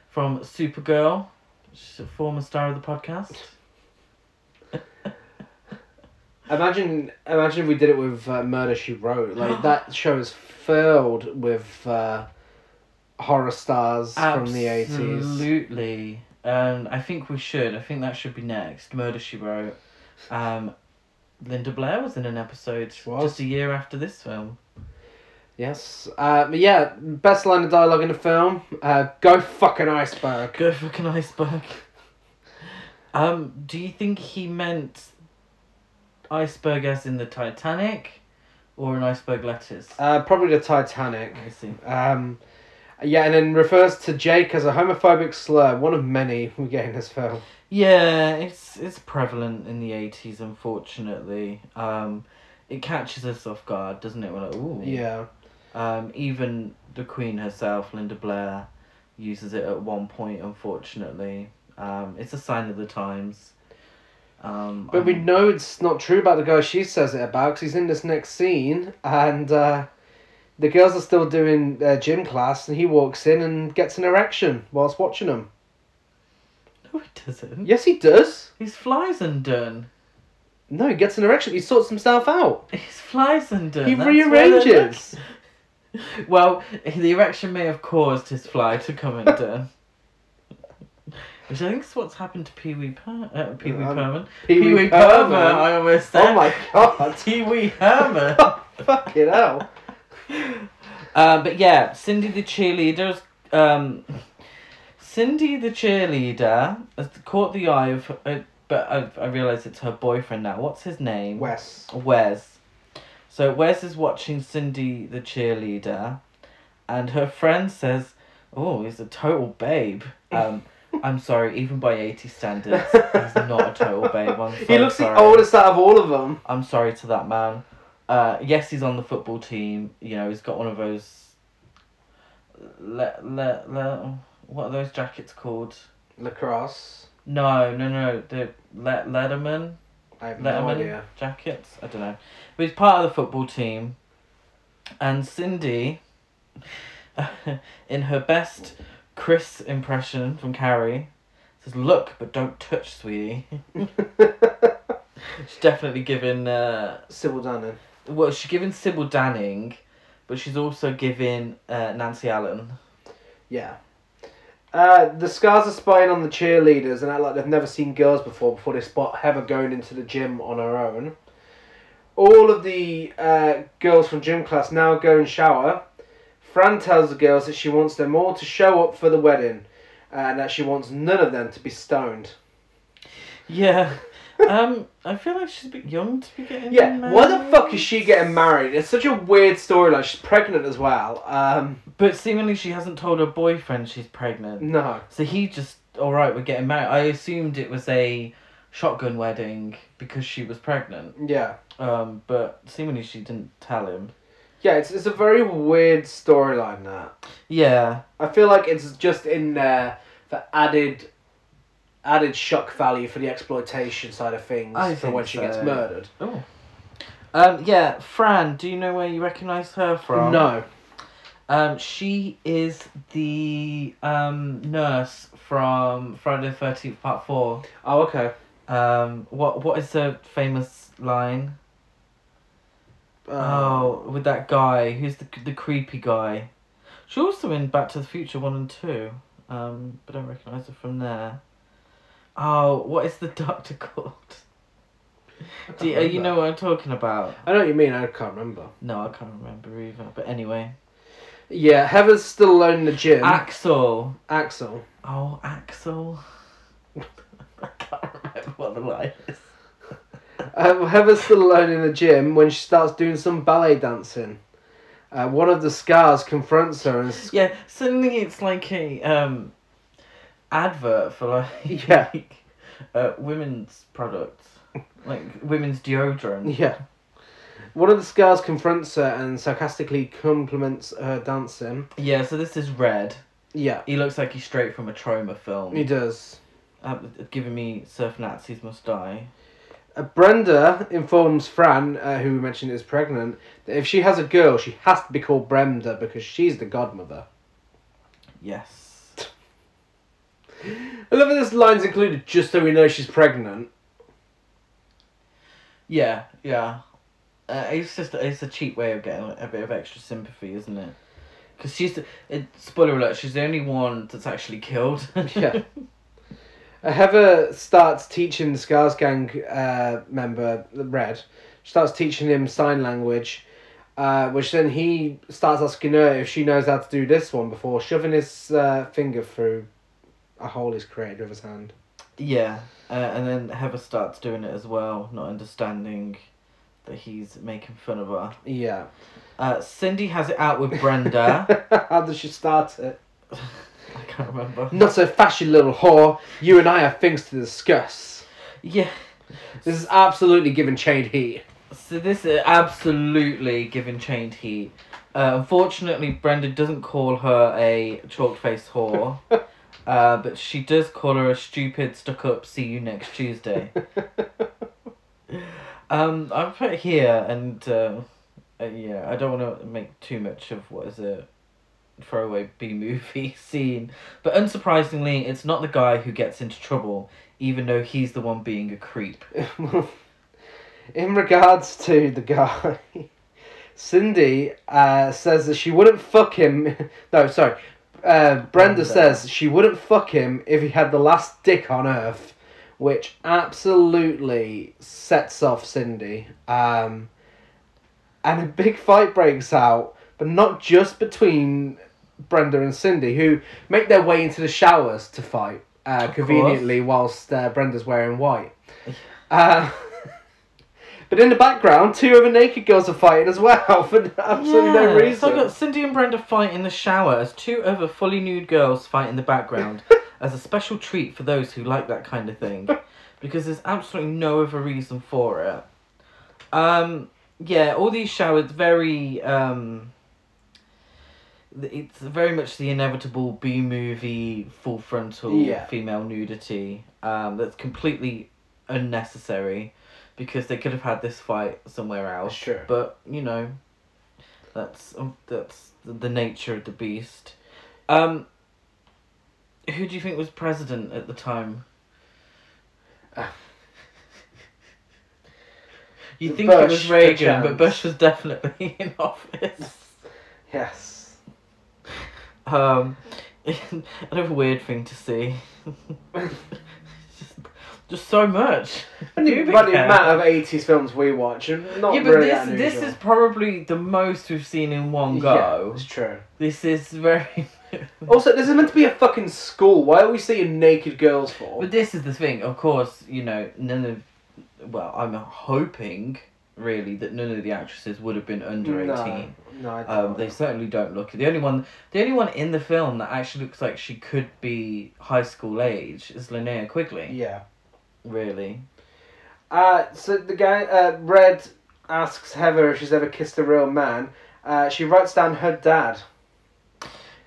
S1: from Supergirl, she's a former star of the podcast.
S2: Imagine, imagine if we did it with uh, Murder She Wrote. Like that show is filled with uh, horror stars from the eighties.
S1: Absolutely. Um, I think we should. I think that should be next. Murder She Wrote. Um, Linda Blair was in an episode
S2: was.
S1: just a year after this film.
S2: Yes. Uh, but yeah, best line of dialogue in the film. Uh, go fucking iceberg.
S1: Go fucking iceberg. Um, do you think he meant iceberg as in the Titanic, or an iceberg lettuce?
S2: Uh, probably the Titanic.
S1: I see.
S2: Um, yeah, and then refers to Jake as a homophobic slur, one of many we get in this film.
S1: Yeah, it's it's prevalent in the eighties, unfortunately. Um, it catches us off guard, doesn't it? We're like, ooh.
S2: Yeah.
S1: Um, even the Queen herself, Linda Blair, uses it at one point. Unfortunately, um, it's a sign of the times. Um,
S2: But we
S1: I'm-
S2: know it's not true about the girl she says it about because he's in this next scene and uh, the girls are still doing uh, gym class and he walks in and gets an erection whilst watching them.
S1: no, it doesn't.
S2: Yes, he does.
S1: His flies undone.
S2: No, he gets an erection. He sorts himself out.
S1: His flies undone.
S2: He
S1: That's where they're
S2: rearranges.
S1: looking. Well, the erection may have caused his fly to come undone. Which I think is what's happened to Pee Wee per- uh, Pee Wee
S2: Um,
S1: Herman.
S2: Pee
S1: Pee Wee
S2: Wee
S1: Herman.
S2: Herman.
S1: I almost said.
S2: Oh my god.
S1: Pee Wee Herman.
S2: Fucking hell.
S1: Um, but yeah, Cindy the cheerleader. Um, Cindy the cheerleader has caught the eye of, uh, but I, I realize it's her boyfriend now. What's his name?
S2: Wes.
S1: Wes. So Wes is watching Cindy the cheerleader, and her friend says, "Oh, he's a total babe." Um, I'm sorry, even by eighty standards, he's not a total babe. I'm so
S2: he looks
S1: sorry.
S2: the oldest out of all of them.
S1: I'm sorry to that man. Uh, yes, he's on the football team. You know, he's got one of those. Le, le, le, what are those jackets called?
S2: Lacrosse.
S1: No, no, no. The le, Letterman
S2: I have no
S1: Letterman
S2: idea.
S1: jackets. I don't know. But he's part of the football team, and Cindy, in her best Chris impression from Carrie, says, "Look, but don't touch, sweetie." She's definitely given. Uh,
S2: Sybil Dannon.
S1: Well, she's giving Sybil Danning, but she's also giving uh, Nancy Allen.
S2: Yeah. Uh, the scars are spying on the cheerleaders and act like they've never seen girls before before they spot Heather going into the gym on her own. All of the uh, girls from gym class now go and shower. Fran tells the girls that she wants them all to show up for the wedding and that she wants none of them to be stoned.
S1: Yeah. um, I feel like she's a bit young to be getting.
S2: Yeah, why the
S1: married.
S2: fuck is she getting married? It's such a weird storyline. She's pregnant as well. Um,
S1: But seemingly she hasn't told her boyfriend she's pregnant.
S2: no.
S1: So he just all right, we're getting married. I assumed it was a shotgun wedding because she was pregnant.
S2: Yeah.
S1: Um, but seemingly she didn't tell him.
S2: Yeah, it's, it's a very weird storyline, that.
S1: Yeah.
S2: I feel like it's just in there for added added shock value for the exploitation side of things
S1: I
S2: for
S1: think
S2: when she gets
S1: so.
S2: murdered.
S1: Oh. Um, yeah, Fran, do you know where you recognise her from?
S2: No.
S1: Um, she is the um, nurse from Friday the Thirteenth Part Four.
S2: Oh, okay.
S1: Um, what what is the famous line?
S2: Um, Uh,
S1: oh, with that guy who's the the creepy guy. She's also in Back to the Future One and Two. Um, but I don't recognise her from there. Oh, what is the doctor called? Do you, uh, you know what I'm talking about?
S2: I know what you mean. I can't remember.
S1: No, I can't remember either. But anyway,
S2: Yeah, Heather's still alone in the gym.
S1: Ah. Axel.
S2: Axel.
S1: Oh, Axel. I can't remember what the line is.
S2: Uh, Heather's still alone in the gym when she starts doing some ballet dancing. Uh, one of the scars confronts her and s-
S1: Yeah, suddenly it's like a um, advert for like
S2: Yeah.
S1: uh, women's products. like women's deodorant.
S2: Yeah. One of the scars confronts her and sarcastically compliments her dancing.
S1: Yeah, so this is red.
S2: Yeah,
S1: He looks like he's straight from a trauma film.
S2: he does.
S1: Uh, giving me Surf Nazis Must Die.
S2: Uh, Brenda informs Fran, uh, who we mentioned is pregnant, that if she has a girl, she has to be called Brenda because she's the godmother.
S1: Yes.
S2: I love that this line's included just so we know she's pregnant.
S1: Yeah, yeah. Uh, it's just it's a cheap way of getting a bit of extra sympathy, isn't it? Because she's the, it, spoiler alert. She's the only one that's actually killed.
S2: Yeah. Uh, Heather starts teaching the Scars Gang uh, member, Red, she starts teaching him sign language, uh, which then he starts asking her if she knows how to do this one before shoving his uh, finger through a hole he's created with his hand.
S1: yeah, uh, and then Heather starts doing it as well, not understanding that he's making fun of her.
S2: Yeah.
S1: Uh, Cindy has it out with Brenda.
S2: how does she start it?
S1: I can't remember.
S2: Not so fast, you little whore. You and I have things to discuss.
S1: Yeah.
S2: This is absolutely giving Chain heat.
S1: So this is absolutely giving chained heat. Uh, unfortunately, Brenda doesn't call her a chalk-faced whore, uh, but she does call her a stupid, stuck-up. See you next Tuesday. Um, I put here, and uh, uh, yeah, I don't want to make too much of what is a throwaway B movie scene, but unsurprisingly, it's not the guy who gets into trouble, even though he's the one being a creep.
S2: In regards to the guy, Cindy uh, says that she wouldn't fuck him. No, sorry. Uh, Brenda,
S1: Brenda.
S2: says she wouldn't fuck him if he had the last dick on earth, which absolutely sets off Cindy. Um, and a big fight breaks out, but not just between Brenda and Cindy, who make their way into the showers to fight uh,
S1: course.
S2: conveniently whilst uh, Brenda's wearing white. Uh, but in the background, two other naked girls are fighting as well for absolutely no
S1: Yeah, So
S2: reason.
S1: I've got Cindy and Brenda fight in the shower as two other fully nude girls fight in the background as a special treat for those who like that kind of thing. Because there's absolutely no other reason for it. Um, yeah, all these showers very um th- it's very much the inevitable B movie full frontal
S2: Yeah.
S1: female nudity. Um, that's completely unnecessary because they could have had this fight somewhere else.
S2: Sure.
S1: But you know, that's um, that's the- the nature of the beast. Um, who do you think was president at the time?
S2: Ah.
S1: You think it
S2: Bush,
S1: was Reagan, but
S2: perchance.
S1: Bush was definitely in office.
S2: Yes.
S1: Um, another weird thing to see. just, just so much.
S2: Only
S1: Moving
S2: about the
S1: head.
S2: amount of 80s films we watch, and not
S1: yeah, but
S2: Oh, really that
S1: this this
S2: unusual.
S1: is probably the most we've seen in one go.
S2: Yeah, it's true.
S1: This is very.
S2: Also, this is meant to be a fucking school. Why are we seeing naked girls for?
S1: But this is the thing, of course, you know, none of. Well, I'm hoping, really, that none of the actresses would have been under 18.
S2: No, I don't.
S1: Um, they certainly don't look. The only one, the only one in the film that actually looks like she could be high school age is Linnea Quigley.
S2: Yeah.
S1: Really,
S2: Uh, so the guy, uh, Red, asks Heather if she's ever kissed a real man. Uh, she writes down her dad.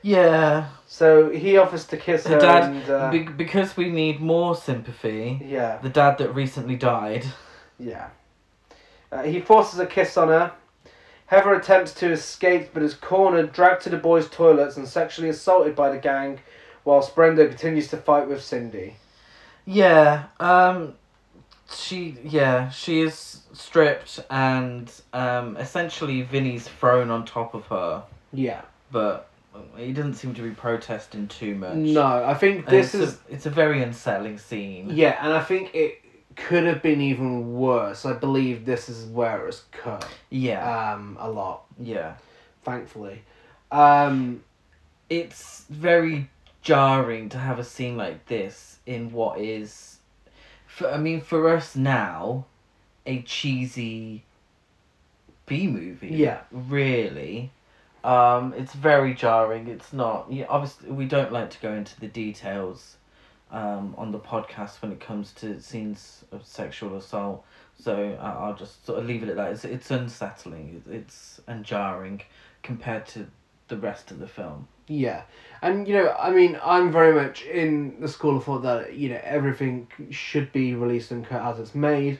S1: yeah.
S2: So he offers to kiss
S1: Her
S2: her.
S1: dad-
S2: and, uh,
S1: Be- because we need more sympathy.
S2: yeah.
S1: The dad that recently died.
S2: Yeah. Uh, he forces a kiss on her. Heather attempts to escape but is cornered, dragged to the boys' toilets, and sexually assaulted by the gang, whilst Brenda continues to fight with Cindy.
S1: Yeah. Um she yeah, she is stripped and um essentially Vinny's thrown on top of her,
S2: Yeah.
S1: but he doesn't seem to be protesting too much.
S2: No, I think
S1: And
S2: this
S1: it's
S2: is.
S1: a, it's a very unsettling scene.
S2: Yeah, and I think it could have been even worse. I believe this is where it's cut
S1: Yeah.
S2: um, a lot,
S1: yeah.
S2: thankfully. Um,
S1: It's very jarring to have a scene like this in what is for I mean for us now a cheesy B movie.
S2: Yeah.
S1: Really. Um, it's very jarring. It's not. Yeah, obviously, we don't like to go into the details um, on the podcast when it comes to scenes of sexual assault. So I I'll just sort of leave it at that. It's it's unsettling. It- It's and jarring compared to the rest of the film.
S2: Yeah, and you know, I mean, I'm very much in the school of thought that you know everything should be released and cut as it's made,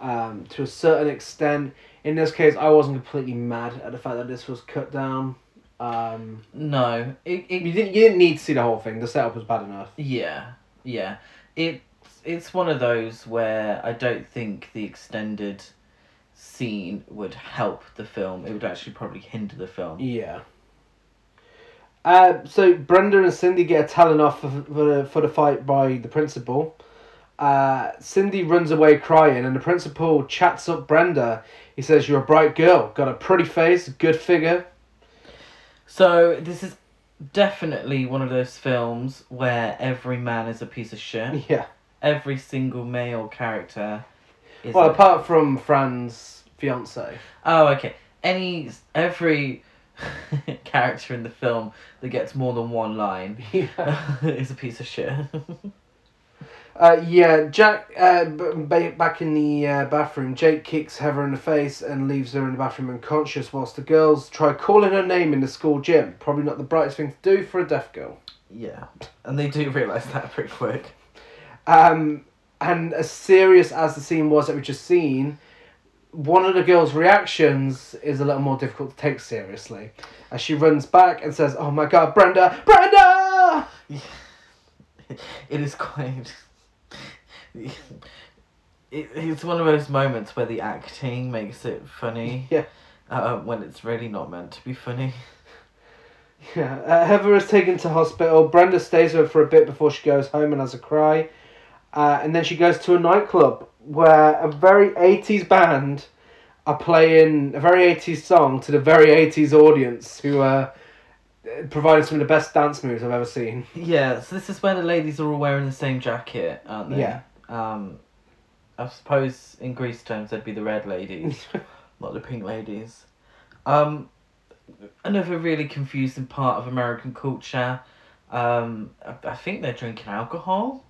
S2: um, to a certain extent. In this case, I wasn't completely mad at the fact that this was cut down. Um,
S1: No, it, it
S2: you didn't you didn't need to see the whole thing. The setup was bad enough.
S1: Yeah, yeah. It's it's one of those where I don't think the extended scene would help the film. It would actually probably hinder the film.
S2: Yeah. Uh, so Brenda and Cindy get a talent off for, for, the, for the fight by the principal. Uh, Cindy runs away crying, and the principal chats up Brenda. He says, "You're a bright girl, got a pretty face, good figure."
S1: So this is definitely one of those films where every man is a piece of shit.
S2: Yeah.
S1: Every single male character is
S2: Well,
S1: a-
S2: apart from Fran's fiance.
S1: Oh, okay. Any every character in the film that gets more than one line
S2: Yeah.
S1: is a piece of shit.
S2: Uh, yeah. Jack uh, b- ba- back in the uh, bathroom. Jake kicks Heather in the face and leaves her in the bathroom unconscious, whilst the girls try calling her name in the school gym. Probably not the brightest thing to do for a deaf girl.
S1: yeah. And they do realise that pretty quick.
S2: Um, and as serious as the scene was that we just seen, one of the girls' reactions is a little more difficult to take seriously. As she runs back and says, Oh my god, Brenda! Brenda!
S1: it is quite. it, it's one of those moments where the acting makes it funny
S2: Yeah.
S1: uh, when it's really not meant to be funny.
S2: Yeah. Uh, Heather is taken to hospital. Brenda stays with her for a bit before she goes home and has a cry. Uh, and then she goes to a nightclub where a very 80s band are playing a very 80s song to the very 80s audience who are uh, providing some of the best dance moves I've ever seen.
S1: Yeah, so this is where the ladies are all wearing the same jacket, aren't they?
S2: Yeah.
S1: Um, I suppose in Greece terms they'd be the red ladies, not the pink ladies. Um, another really confusing part of American culture. Um, I, I think they're drinking alcohol.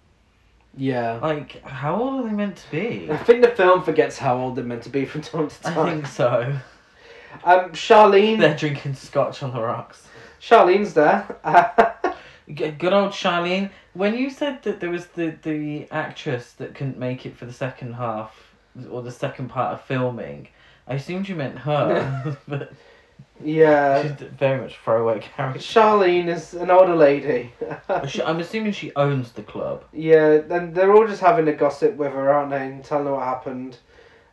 S2: Yeah.
S1: Like, how old are they meant to be?
S2: I think the film forgets how old they're meant to be from time to
S1: I
S2: time.
S1: think so.
S2: Um, Charlene,
S1: They're drinking scotch on the rocks.
S2: Charlene's there.
S1: G- Good old Charlene. When you said that there was the, the actress that couldn't make it for the second half or the second part of filming, I assumed you meant her, but she's
S2: yeah,
S1: a very much throwaway character.
S2: Charlene is an older lady.
S1: She- I'm assuming she owns the club.
S2: yeah, and they're all just having a gossip with her, aren't they? And telling her what happened.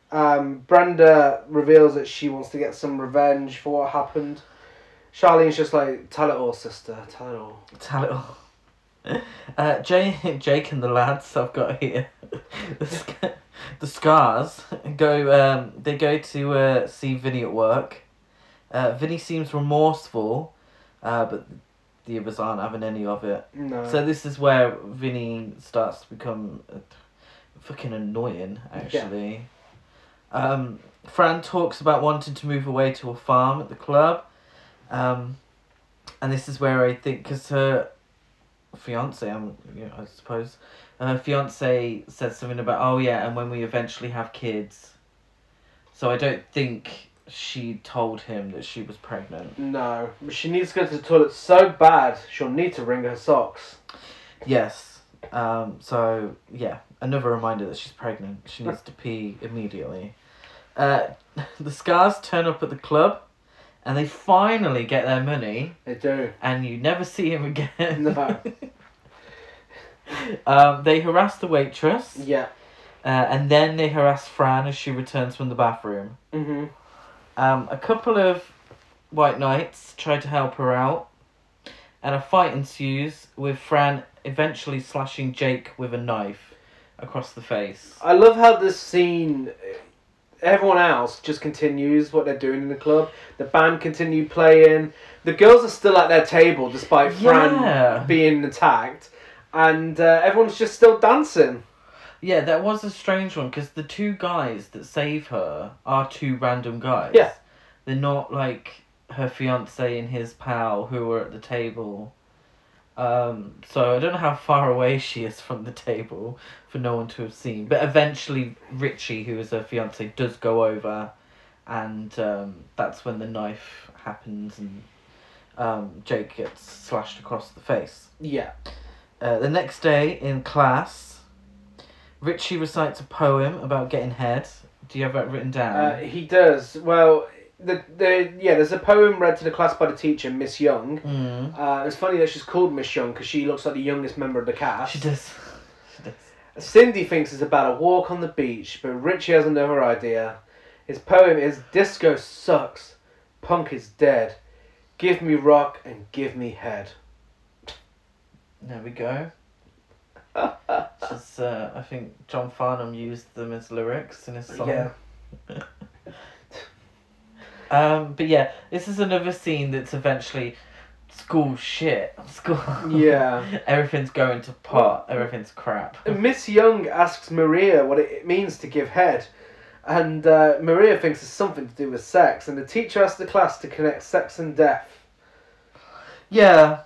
S2: Um, Brenda reveals that she wants to get some revenge for what happened. Charlene's just like, tell it all, sister, tell it all.
S1: Tell it all. Uh, Jake, Jake and the lads I've got here, the, sc- the scars go. Um, they go to uh, see Vinny at work. Uh, Vinny seems remorseful, uh, but the others aren't having any of it.
S2: No.
S1: So this is where Vinny starts to become uh, fucking annoying. Actually, um, Fran talks about wanting to move away to a farm at the club, um, and this is where I think because her fiance, um, you know, I suppose, her fiance said something about oh yeah, and when we eventually have kids. So I don't think she told him that she was pregnant.
S2: no. She needs to go to the toilet so bad, she'll need to wring her socks.
S1: Yes. Um, so yeah, another reminder that she's pregnant. She needs to pee immediately. Uh, the scars turn up at the club, and they finally get their money,
S2: They do.
S1: and you never see him again.
S2: No.
S1: um, they harass the waitress,
S2: Yeah.
S1: uh, and then they harass Fran as she returns from the bathroom.
S2: Mm-hmm.
S1: Um, a couple of white knights try to help her out, and a fight ensues with Fran eventually slashing Jake with a knife across the face.
S2: I love how this scene. Everyone else just continues what they're doing in the club. The band continue playing. The girls are still at their table despite
S1: Yeah.
S2: Fran being attacked, and uh, everyone's just still dancing.
S1: Yeah, that was a strange one because the two guys that save her are two random guys.
S2: Yeah.
S1: They're not like her fiance and his pal who were at the table Um, so I don't know how far away she is from the table for no one to have seen. But eventually, Richie, who is her fiance, does go over, and um, that's when the knife happens and um, Jake gets slashed across the face.
S2: Yeah.
S1: Uh, the next day in class, Richie recites a poem about getting head. Do you have that written down?
S2: Uh, he does. Well, the, the yeah, there's a poem read to the class by the teacher, Miss Young.
S1: mm.
S2: Uh, it's funny that she's called Miss Young because she looks like the youngest member of the cast.
S1: She does. she does.
S2: Cindy thinks it's about a walk on the beach, but Richie has another idea. His poem is Disco sucks, punk is dead, give me rock and give me head.
S1: There we go. Just, uh, I think John Farnham used them as lyrics in his song.
S2: Yeah.
S1: Um, but yeah, this is another scene that's eventually school shit. School.
S2: Yeah.
S1: Everything's going to pot. Everything's crap.
S2: Miss Young asks Maria what it means to give head, and uh, Maria thinks it's something to do with sex, and the teacher asks the class to connect sex and death.
S1: Yeah.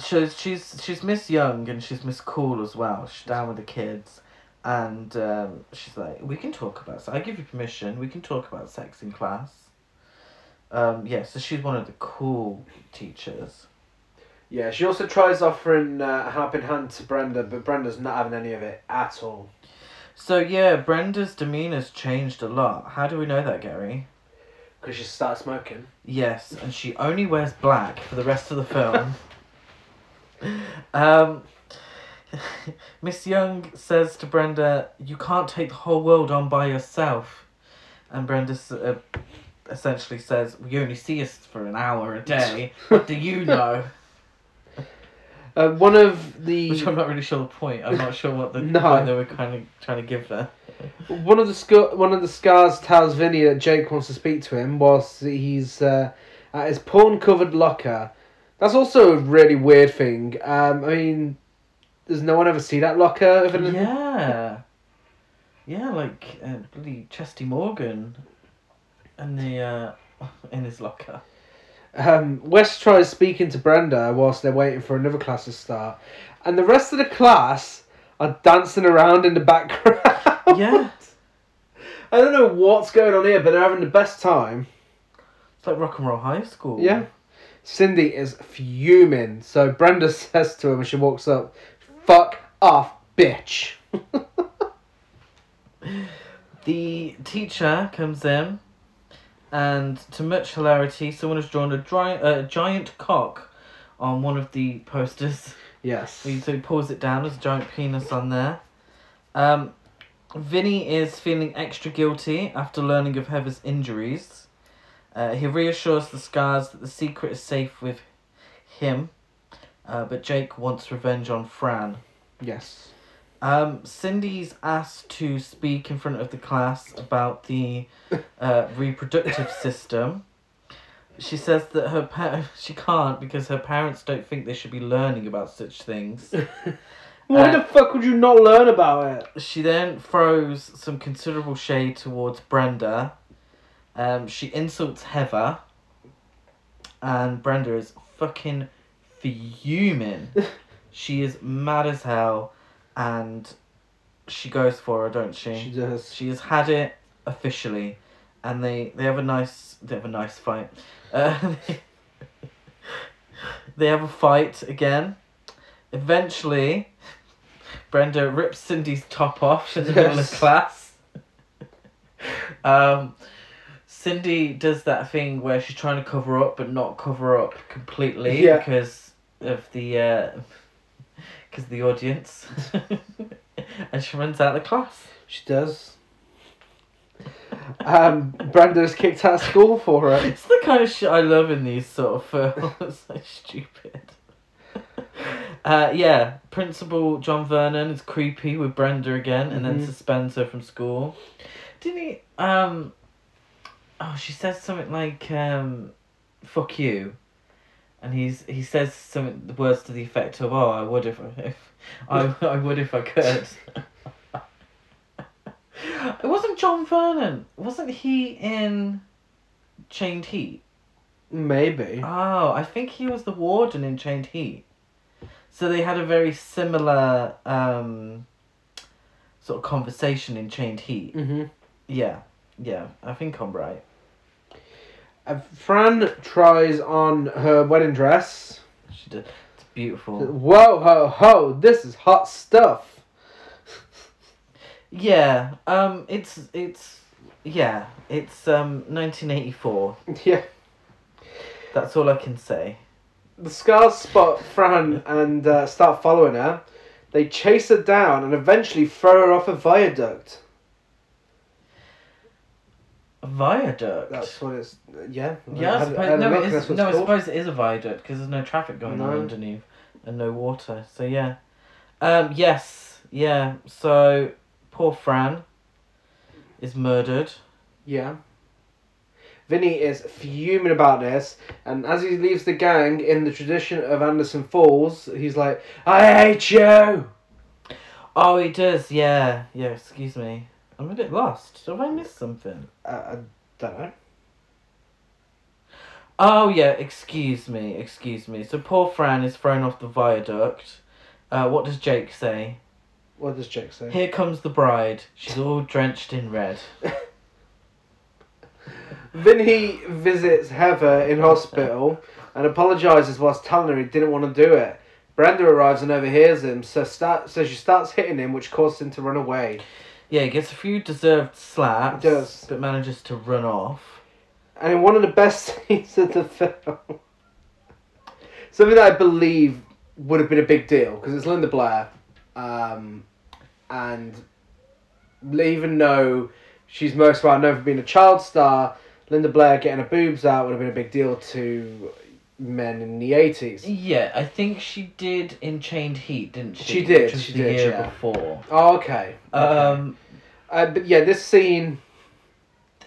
S1: So she's she's Miss Young and she's Miss Cool as well. She's down with the kids, and um, she's like, "We can talk about. So I give you permission. We can talk about sex in class." Um, yeah. So she's one of the cool teachers.
S2: Yeah, she also tries offering uh, a helping hand to Brenda, but Brenda's not having any of it at all.
S1: So yeah, Brenda's demeanor's changed a lot. How do we know that, Gary?
S2: Because she starts smoking.
S1: Yes, and she only wears black for the rest of the film. um, Miss Young says to Brenda, "You can't take the whole world on by yourself," and Brenda s- uh, essentially says, "We only see us for an hour a day. What do you know?"
S2: Uh, one of the
S1: Which I'm not really sure the point. I'm not sure what the
S2: No.
S1: point they were kind of trying to give there.
S2: one of the sc- one of the scars tells Vinny that Jake wants to speak to him whilst he's uh, at his porn covered locker. That's also a really weird thing. Um, I mean, does no one ever see that locker? Other than-
S1: Yeah. Yeah, like uh, bloody Chesty Morgan, and the uh, in his locker.
S2: Um, West tries speaking to Brenda whilst they're waiting for another class to start, and the rest of the class are dancing around in the background.
S1: Yeah.
S2: I don't know what's going on here, but they're having the best time.
S1: It's like rock and roll high school.
S2: Yeah. Cindy is fuming, so Brenda says to her when she walks up, "Fuck off, bitch."
S1: The teacher comes in, and to much hilarity, someone has drawn a dry, uh, giant cock on one of the posters.
S2: Yes.
S1: So he pulls it down, there's a giant penis on there. Um, Vinny is feeling extra guilty after learning of Heather's injuries. Uh, he reassures the Scars that the secret is safe with him, uh, but Jake wants revenge on Fran.
S2: Yes.
S1: Um, Cindy's asked to speak in front of the class about the uh, reproductive system. She says that her pa- she can't because her parents don't think they should be learning about such things.
S2: Why
S1: Uh,
S2: the fuck would you not learn about it?
S1: She then throws some considerable shade towards Brenda. Um, she insults Heather, and Brenda is fucking fuming. she is mad as hell, and she goes for her, don't she?
S2: She does.
S1: She has had it officially, and they they have a nice they have a nice fight. Uh, they have a fight again. Eventually, Brenda rips Cindy's top off in the middle of
S2: Yes.
S1: class. um, Cindy does that thing where she's trying to cover up but not cover up completely
S2: Yeah.
S1: because of the because the audience, and she runs out of the class.
S2: She does. Um, Brenda's kicked out of school for it.
S1: It's the kind of shit I love in these sort of films. it's so stupid. Uh, yeah, Principal John Vernon is creepy with Brenda again, and then
S2: Mhm.
S1: suspends her from school. Didn't he? Um, oh, she says something like um, "fuck you," and he's he says something the words to the effect of "oh, I would if I if, I I would if I could." it wasn't John Vernon. Wasn't he in Chained Heat?
S2: Maybe.
S1: Oh, I think he was the warden in Chained Heat. So they had a very similar um, sort of conversation in Chained Heat.
S2: Mm-hmm.
S1: Yeah, yeah, I think I'm right.
S2: Fran tries on her wedding dress.
S1: She did. It's beautiful.
S2: Whoa, ho, ho! This is hot stuff.
S1: Yeah. Um. It's it's yeah. It's um 1984.
S2: Yeah.
S1: That's all I can say.
S2: The scars spot Fran and uh, start following her. They chase her down and eventually throw her off a viaduct.
S1: A viaduct.
S2: That's what it's. Yeah.
S1: yeah,
S2: I
S1: I
S2: had-
S1: suppose,
S2: I had a
S1: no,
S2: look,
S1: it
S2: that's
S1: is,
S2: what
S1: no I
S2: it's called.
S1: suppose it is a viaduct because there's no traffic going on
S2: No.
S1: underneath and no water. So, yeah. Um, yes, yeah. So, poor Fran is murdered.
S2: Yeah. Vinny is fuming about this, and as he leaves the gang in the tradition of Anderson Falls, he's like, I hate you! Uh,
S1: Oh, he does, yeah. Yeah, excuse me. I'm a bit lost. Have I missed something?
S2: Uh, I don't know.
S1: Oh, yeah, excuse me, excuse me. So, poor Fran is thrown off the viaduct. Uh, what does Jake say?
S2: What does Jake say?
S1: Here comes the bride. She's all drenched in red.
S2: Vinny visits Heather in hospital and apologises whilst telling her he didn't want to do it. Brenda arrives and overhears him, so start, so she starts hitting him, which causes him to run away.
S1: Yeah, he gets a few deserved slaps.
S2: He does.
S1: But manages to run off.
S2: And in one of the best scenes of the film, something that I believe would have been a big deal because it's Linda Blair, um, and even though she's most well known for being a child star, Linda Blair getting her boobs out would have been a big deal to men in the eighties.
S1: Yeah, I think she did in Chained Heat, didn't she?
S2: She did,
S1: Which was
S2: she
S1: the
S2: did,
S1: year
S2: yeah.
S1: before.
S2: Oh, okay. okay.
S1: Um,
S2: Uh, but yeah, this scene,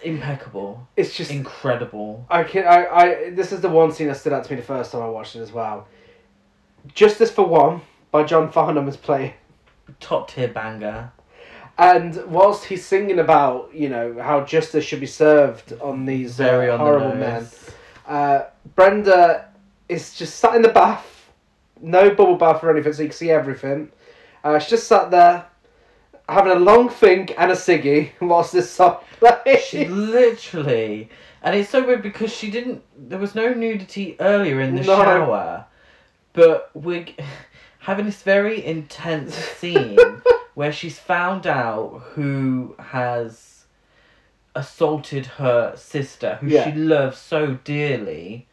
S1: impeccable,
S2: it's just
S1: incredible.
S2: I can I, I this is the one scene that stood out to me the first time I watched it as well. Justice for One by John Farnham is playing.
S1: Top tier banger.
S2: And whilst he's singing about, you know, how justice should be served on these uh,
S1: Very on
S2: horrible
S1: the
S2: men,
S1: nose.
S2: uh, Brenda is just sat in the bath, no bubble bath or anything, so you can see everything. Uh, she's just sat there, having a long think and a ciggy whilst this song plays.
S1: She literally, and it's so weird because she didn't. There was no nudity earlier in the
S2: No.
S1: shower, but we're g- having this very intense scene where she's found out who has assaulted her sister, who
S2: Yeah.
S1: she loves so dearly.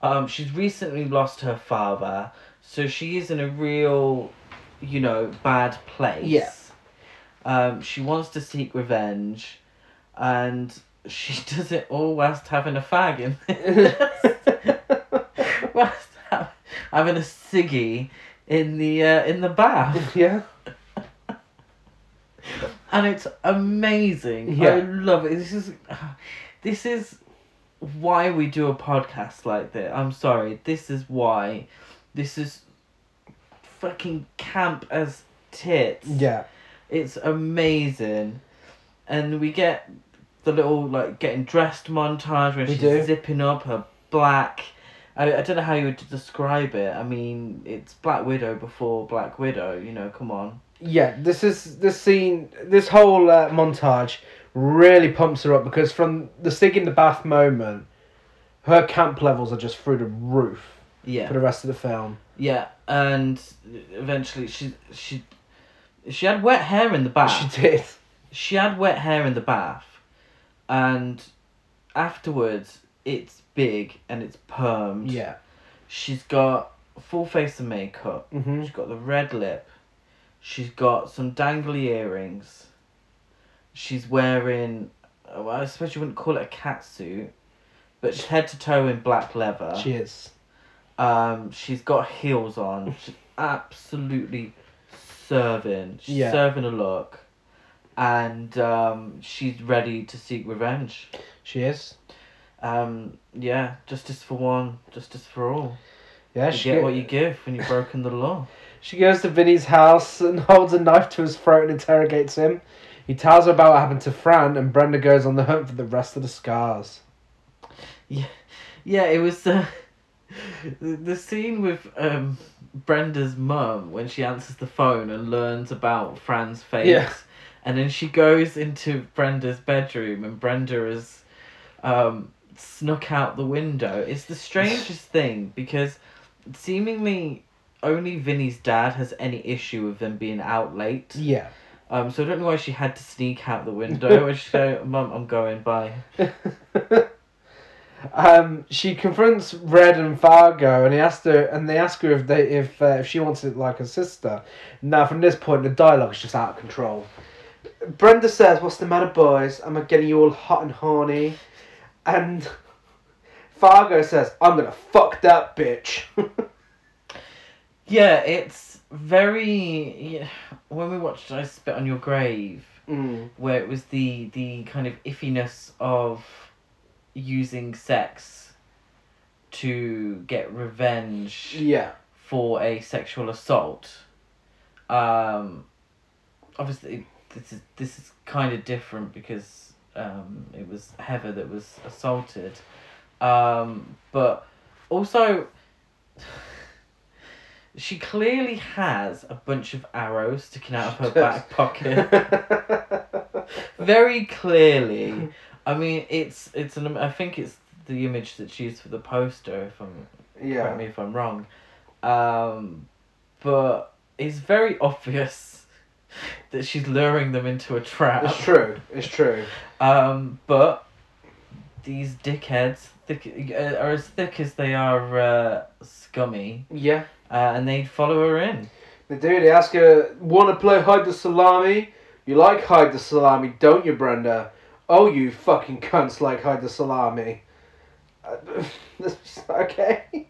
S1: Um, she's recently lost her father, so she is in a real, you know, bad place.
S2: Yeah.
S1: Um, she wants to seek revenge, and she does it all whilst having a fag in this. whilst ha- having a ciggy in the uh, in the bath,
S2: yeah.
S1: and it's amazing. I
S2: Yeah.
S1: love it. This is, this is, why we do a podcast like this. I'm sorry. This is why. This is, fucking camp as tits.
S2: Yeah.
S1: It's amazing. And we get the little like getting dressed montage where
S2: We
S1: she's
S2: do.
S1: zipping up her black. I, I don't know how you would describe it. I mean, it's Black Widow before Black Widow, you know, come on.
S2: yeah this is this scene this whole uh, montage really pumps her up because from the sig in the bath moment her camp levels are just through the roof for
S1: Yeah.
S2: the rest of the film
S1: Yeah. And eventually she she she had wet hair in the bath.
S2: she did
S1: she had wet hair in the bath and afterwards it's big and it's permed.
S2: yeah
S1: She's got full face of makeup.
S2: hmm
S1: She's got the red lip. She's got some dangly earrings. She's wearing, uh, well, I suppose you wouldn't call it a cat suit, but she's head to toe in black leather.
S2: she is
S1: um, she's got heels on. She's absolutely serving. She's
S2: Yeah.
S1: serving a look. And um, she's ready to seek revenge.
S2: she is
S1: Um, yeah, justice for one, justice for all.
S2: yeah
S1: You
S2: she,
S1: get
S2: go-
S1: what you give when you've broken the law.
S2: she goes to vinny's house and holds a knife to his throat and interrogates him he tells her about what happened to fran and brenda goes on the hunt for the rest of the scars
S1: Yeah, it was uh, the the scene with um, Brenda's mum when she answers the phone and learns about Fran's fate.
S2: Yeah.
S1: And then she goes into Brenda's bedroom and Brenda has um, snuck out the window. It's the strangest thing because seemingly only Vinny's dad has any issue with them being out late.
S2: Yeah.
S1: Um, so I don't know why she had to sneak out the window. and she go, Mum, I'm going, bye.
S2: um, she confronts Red and Fargo, and he asked her, and they ask her if they if uh, if she wants it like her sister. Now, from this point, the dialogue's just out of control. Brenda says, "What's the matter, boys? Am I getting you all hot and horny?" And Fargo says, "I'm gonna fuck that bitch."
S1: Yeah, it's very. Yeah, when we watched I Spit on Your Grave,
S2: mm.
S1: where it was the, the kind of iffiness of using sex to get revenge
S2: Yeah.
S1: for a sexual assault. Um, obviously, this is this is kind of different because um, it was Heather that was assaulted, um, but also she clearly has a bunch of arrows sticking out of her
S2: She does.
S1: back pocket. Very clearly, I mean, it's it's an. I think it's the image that's used for the poster. If I'm correct
S2: yeah.
S1: me if I'm wrong. Um, but it's very obvious that she's luring them into a trap.
S2: It's true. It's true.
S1: Um, but these dickheads thick, uh, are as thick as they are uh, scummy,
S2: Yeah.
S1: uh, and they follow her in.
S2: They do. They ask her, "Want to play hide the salami? You like hide the salami, don't you, Brenda? Oh, you fucking cunts like hide the salami." Uh, okay.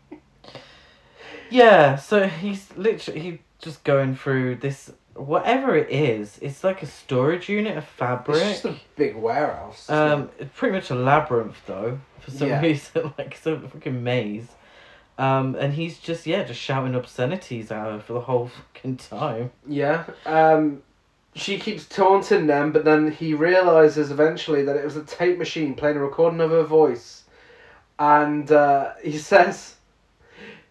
S1: Yeah, so he's literally he's just going through this whatever it is. It's like a storage unit of fabric.
S2: It's just a big warehouse. isn't
S1: Um, it's pretty much a labyrinth though, for some
S2: Yeah.
S1: reason, like some fucking maze. Um, and he's just yeah, just shouting obscenities at her for the whole fucking time.
S2: it? Yeah. Um, she keeps taunting them, but then he realizes eventually that it was a tape machine playing a recording of her voice, and uh, he says,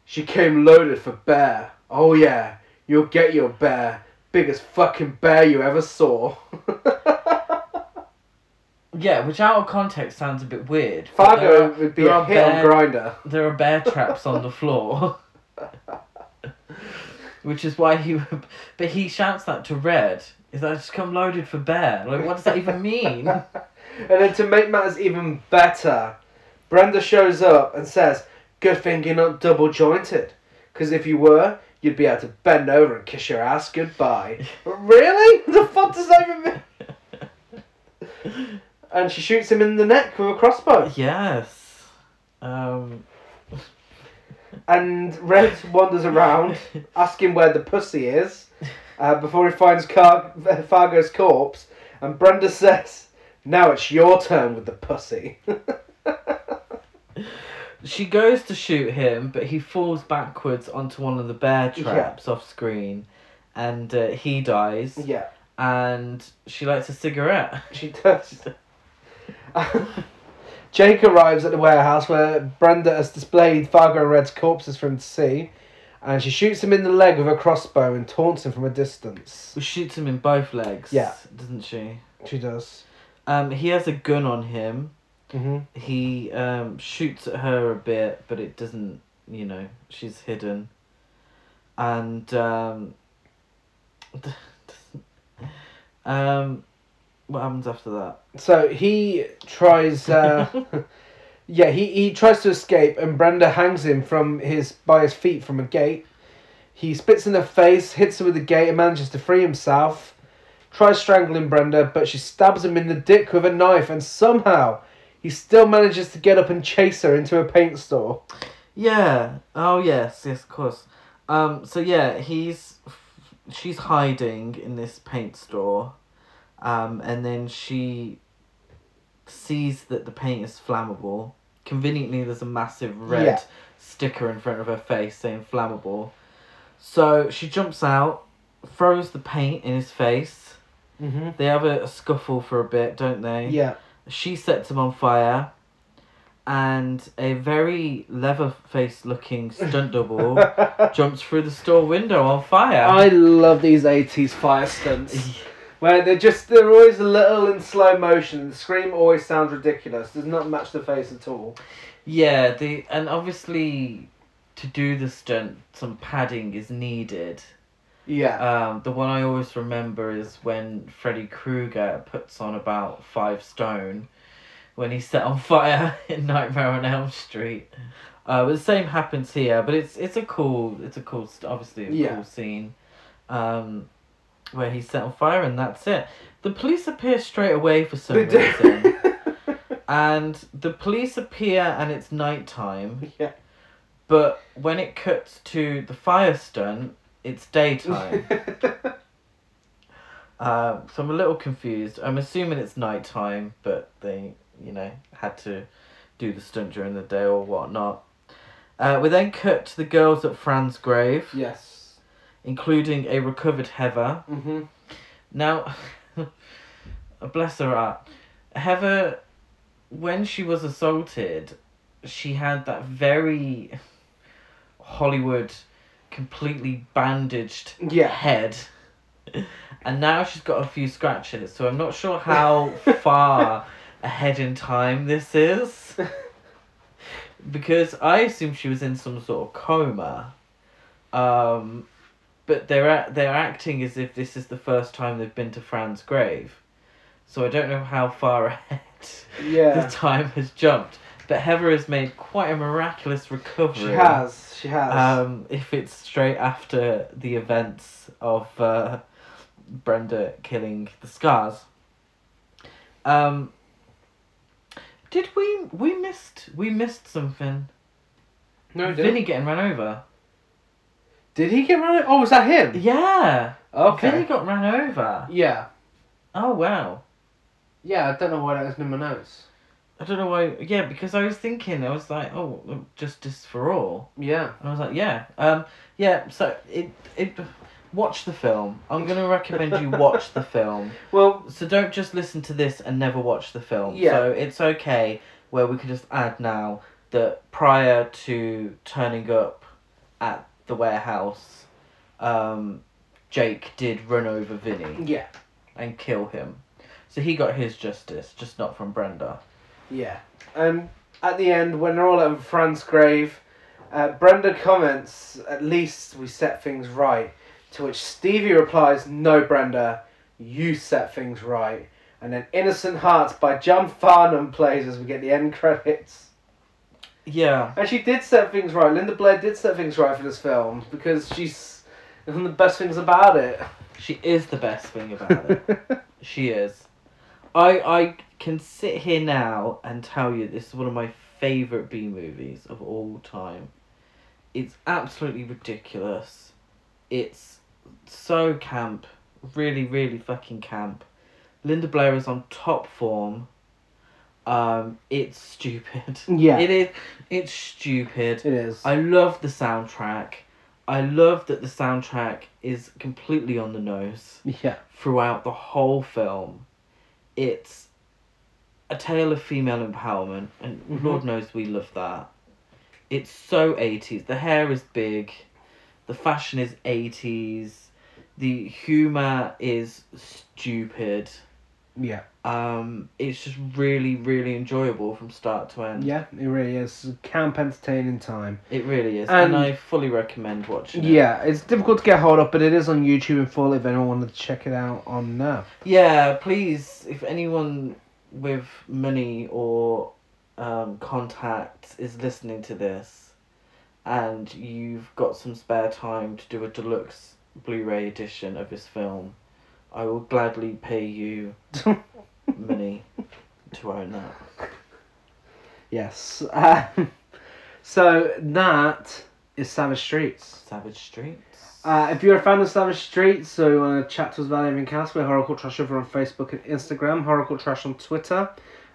S2: "She came loaded for bear. Oh yeah, you'll get your bear." Biggest fucking bear you ever saw.
S1: Yeah, which out of context sounds a bit weird. but there
S2: Fargo
S1: are-
S2: would be
S1: there
S2: a
S1: are
S2: hit on
S1: bear-
S2: grinder.
S1: There are bear traps on the floor. Which is why he, would- but he shouts that to Red. Is that just come loaded for bear? Like, what does that even mean?
S2: And then to make matters even better, Brenda shows up and says, "Good thing you're not double jointed, because if you were, you'd be able to bend over and kiss your ass goodbye." really? The fuck does that even mean? And she shoots him in the neck with a crossbow.
S1: yes. Um,
S2: And Red wanders around, asking where the pussy is, uh, before he finds Car- Fargo's corpse. And Brenda says, "Now it's your turn with the pussy."
S1: She goes to shoot him, but he falls backwards onto one of the bear traps off screen, and uh, he dies.
S2: yeah.
S1: And she lights a cigarette.
S2: She does. Jake arrives at the warehouse where Brenda has displayed Fargo and Red's corpses for him to see, and she shoots him in the leg with a crossbow and taunts him from a distance.
S1: She shoots him in both legs.
S2: Yeah.
S1: doesn't she?
S2: She does.
S1: Um, he has a gun on him.
S2: Mm-hmm.
S1: He um, shoots at her a bit, but it doesn't. You know, she's hidden, and um, um, what happens after that?
S2: So he tries. Uh, yeah, he, he tries to escape, and Brenda hangs him from his by his feet from a gate. He spits in her face, hits her with the gate, and manages to free himself. Tries strangling Brenda, but she stabs him in the dick with a knife, and somehow he still manages to get up and chase her into a paint store.
S1: Yeah. Oh yes, yes, of course. Um. So yeah, he's, she's hiding in this paint store, um, and then she sees that the paint is flammable. Conveniently, there's a massive red
S2: Yeah.
S1: sticker in front of her face saying flammable. So she jumps out, throws the paint in his face.
S2: Mm-hmm.
S1: They have a, a scuffle for a bit, don't they?
S2: Yeah,
S1: She sets him on fire, and a very leather faced looking stunt double jumps through the store window on fire.
S2: I love these 80s fire stunts. Where they're just, they're always a little in slow motion. The scream always sounds ridiculous. Does not match the face at all.
S1: Yeah, the and obviously to do the stunt some padding is needed.
S2: Yeah.
S1: Um, the one I always remember is when Freddy Krueger puts on about five stone when he's set on fire in Nightmare on Elm Street. Uh, but the same happens here, but it's it's a cool it's a cool st- obviously a
S2: Yeah.
S1: cool scene, um, where he's set on fire and that's it. The police appear straight away for some
S2: They do.
S1: reason, and the police appear and it's nighttime.
S2: yeah.
S1: But when it cuts to the fire stunt, it's daytime. um, so I'm a little confused. I'm assuming it's nighttime, but they, you know, had to do the stunt during the day or whatnot. Uh, we then cut to the girls at Fran's grave,
S2: yes.
S1: including a recovered Heather.
S2: Mm-hmm.
S1: Now, bless her heart, Heather, when she was assaulted, she had that very Hollywood, completely bandaged
S2: Yeah.
S1: head. And now she's got a few scratches, so I'm not sure how far ahead in time this is. Because I assume she was in some sort of coma. Um, but they're, act- they're acting as if this is the first time they've been to Fran's grave. So I don't know how far ahead the
S2: Yeah.
S1: time has jumped. But Heather has made quite a miraculous recovery.
S2: She has. She has.
S1: Um, if it's straight after the events of uh, Brenda killing the scars. Um, did we we missed we missed something?
S2: no, did
S1: Vinny getting run over.
S2: Did he get run over? Oh, was that him?
S1: Yeah.
S2: Okay.
S1: Vinny got run over.
S2: Yeah.
S1: Oh wow.
S2: Yeah, I don't know why that was in my notes.
S1: I don't know why. Yeah, because I was thinking I was like, oh, justice for all.
S2: Yeah.
S1: And I was like, yeah, um, yeah. So it it watch the film. I'm gonna recommend you watch the film.
S2: Well,
S1: So don't just listen to this and never watch the film.
S2: Yeah.
S1: So it's okay where we can just add now that prior to turning up at the warehouse, um, Jake did run over Vinny
S2: yeah.
S1: and kill him. So he got his justice, just not from Brenda.
S2: Yeah. Um, at the end, when they're all over Fran's grave, uh, Brenda comments, at least we set things right. To which Stevie replies, no, Brenda, you set things right. And then Innocent Hearts by John Farnham plays as we get the end credits.
S1: Yeah.
S2: And she did set things right. Linda Blair did set things right for this film because she's one of the best things about it.
S1: She is the best thing about it. She is. I I can sit here now and tell you this is one of my favorite B movies of all time. It's absolutely ridiculous. It's so camp, really really fucking camp. Linda Blair is on top form. Um, it's stupid.
S2: Yeah.
S1: it is. It's stupid.
S2: it is.
S1: I love the soundtrack. I love that the soundtrack is completely on the nose
S2: yeah.
S1: throughout the whole film. It's a tale of female empowerment, and
S2: Mhm.
S1: Lord knows we love that. It's so 80s. The hair is big, the fashion is 80s, the humour is stupid.
S2: Yeah.
S1: Um, it's just really, really enjoyable from start to end.
S2: Yeah, it really is. Camp entertaining time.
S1: It really is,
S2: And-
S1: and, I fully recommend watching it.
S2: Yeah, it's difficult to get hold of, but it is on YouTube in full if anyone wanted to check it out on there.
S1: Yeah, please, if anyone with money or um, contacts is listening to this and you've got some spare time to do a deluxe Blu ray edition of this film, I will gladly pay you money to own that.
S2: yes. Um, so that is Savage Streets.
S1: Savage Streets.
S2: Uh, if you're a fan of Savage Streets, so you want to chat to us about anything cast, we're Horacle Trash over on Facebook and Instagram, Horacle Trash on Twitter.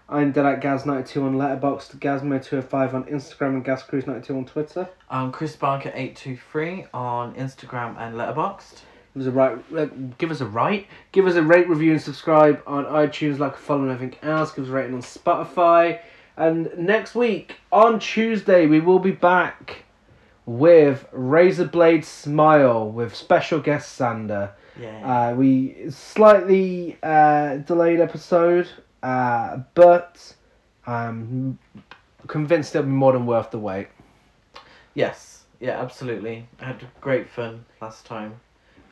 S2: I'm dead at Gaz92 on Letterboxd, Gazmo205 on Instagram, and GazCruise92 on Twitter.
S1: Um, Chris Barker823 on Instagram and Letterboxd.
S2: Give us a right, uh, give us a right, give us a rate, review, and subscribe on iTunes. Like, follow, and everything else. Give us a rating on Spotify. And next week on Tuesday, we will be back with Razorblade Smile with special guest Sander.
S1: Yeah.
S2: Uh, we slightly uh, delayed episode, uh, but I'm convinced it'll be more than worth the wait.
S1: yes. Yeah, absolutely. I had great fun last time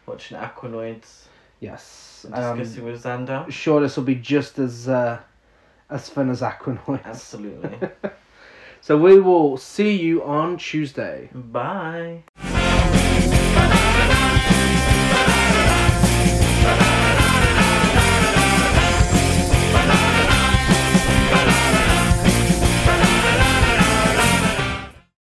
S1: watching Aquanoids
S2: Yes.
S1: and
S2: Um,
S1: discussing with Xander.
S2: sure, this will be just as uh, as fun as Aquanoids.
S1: Absolutely.
S2: So we will see you on Tuesday.
S1: Bye.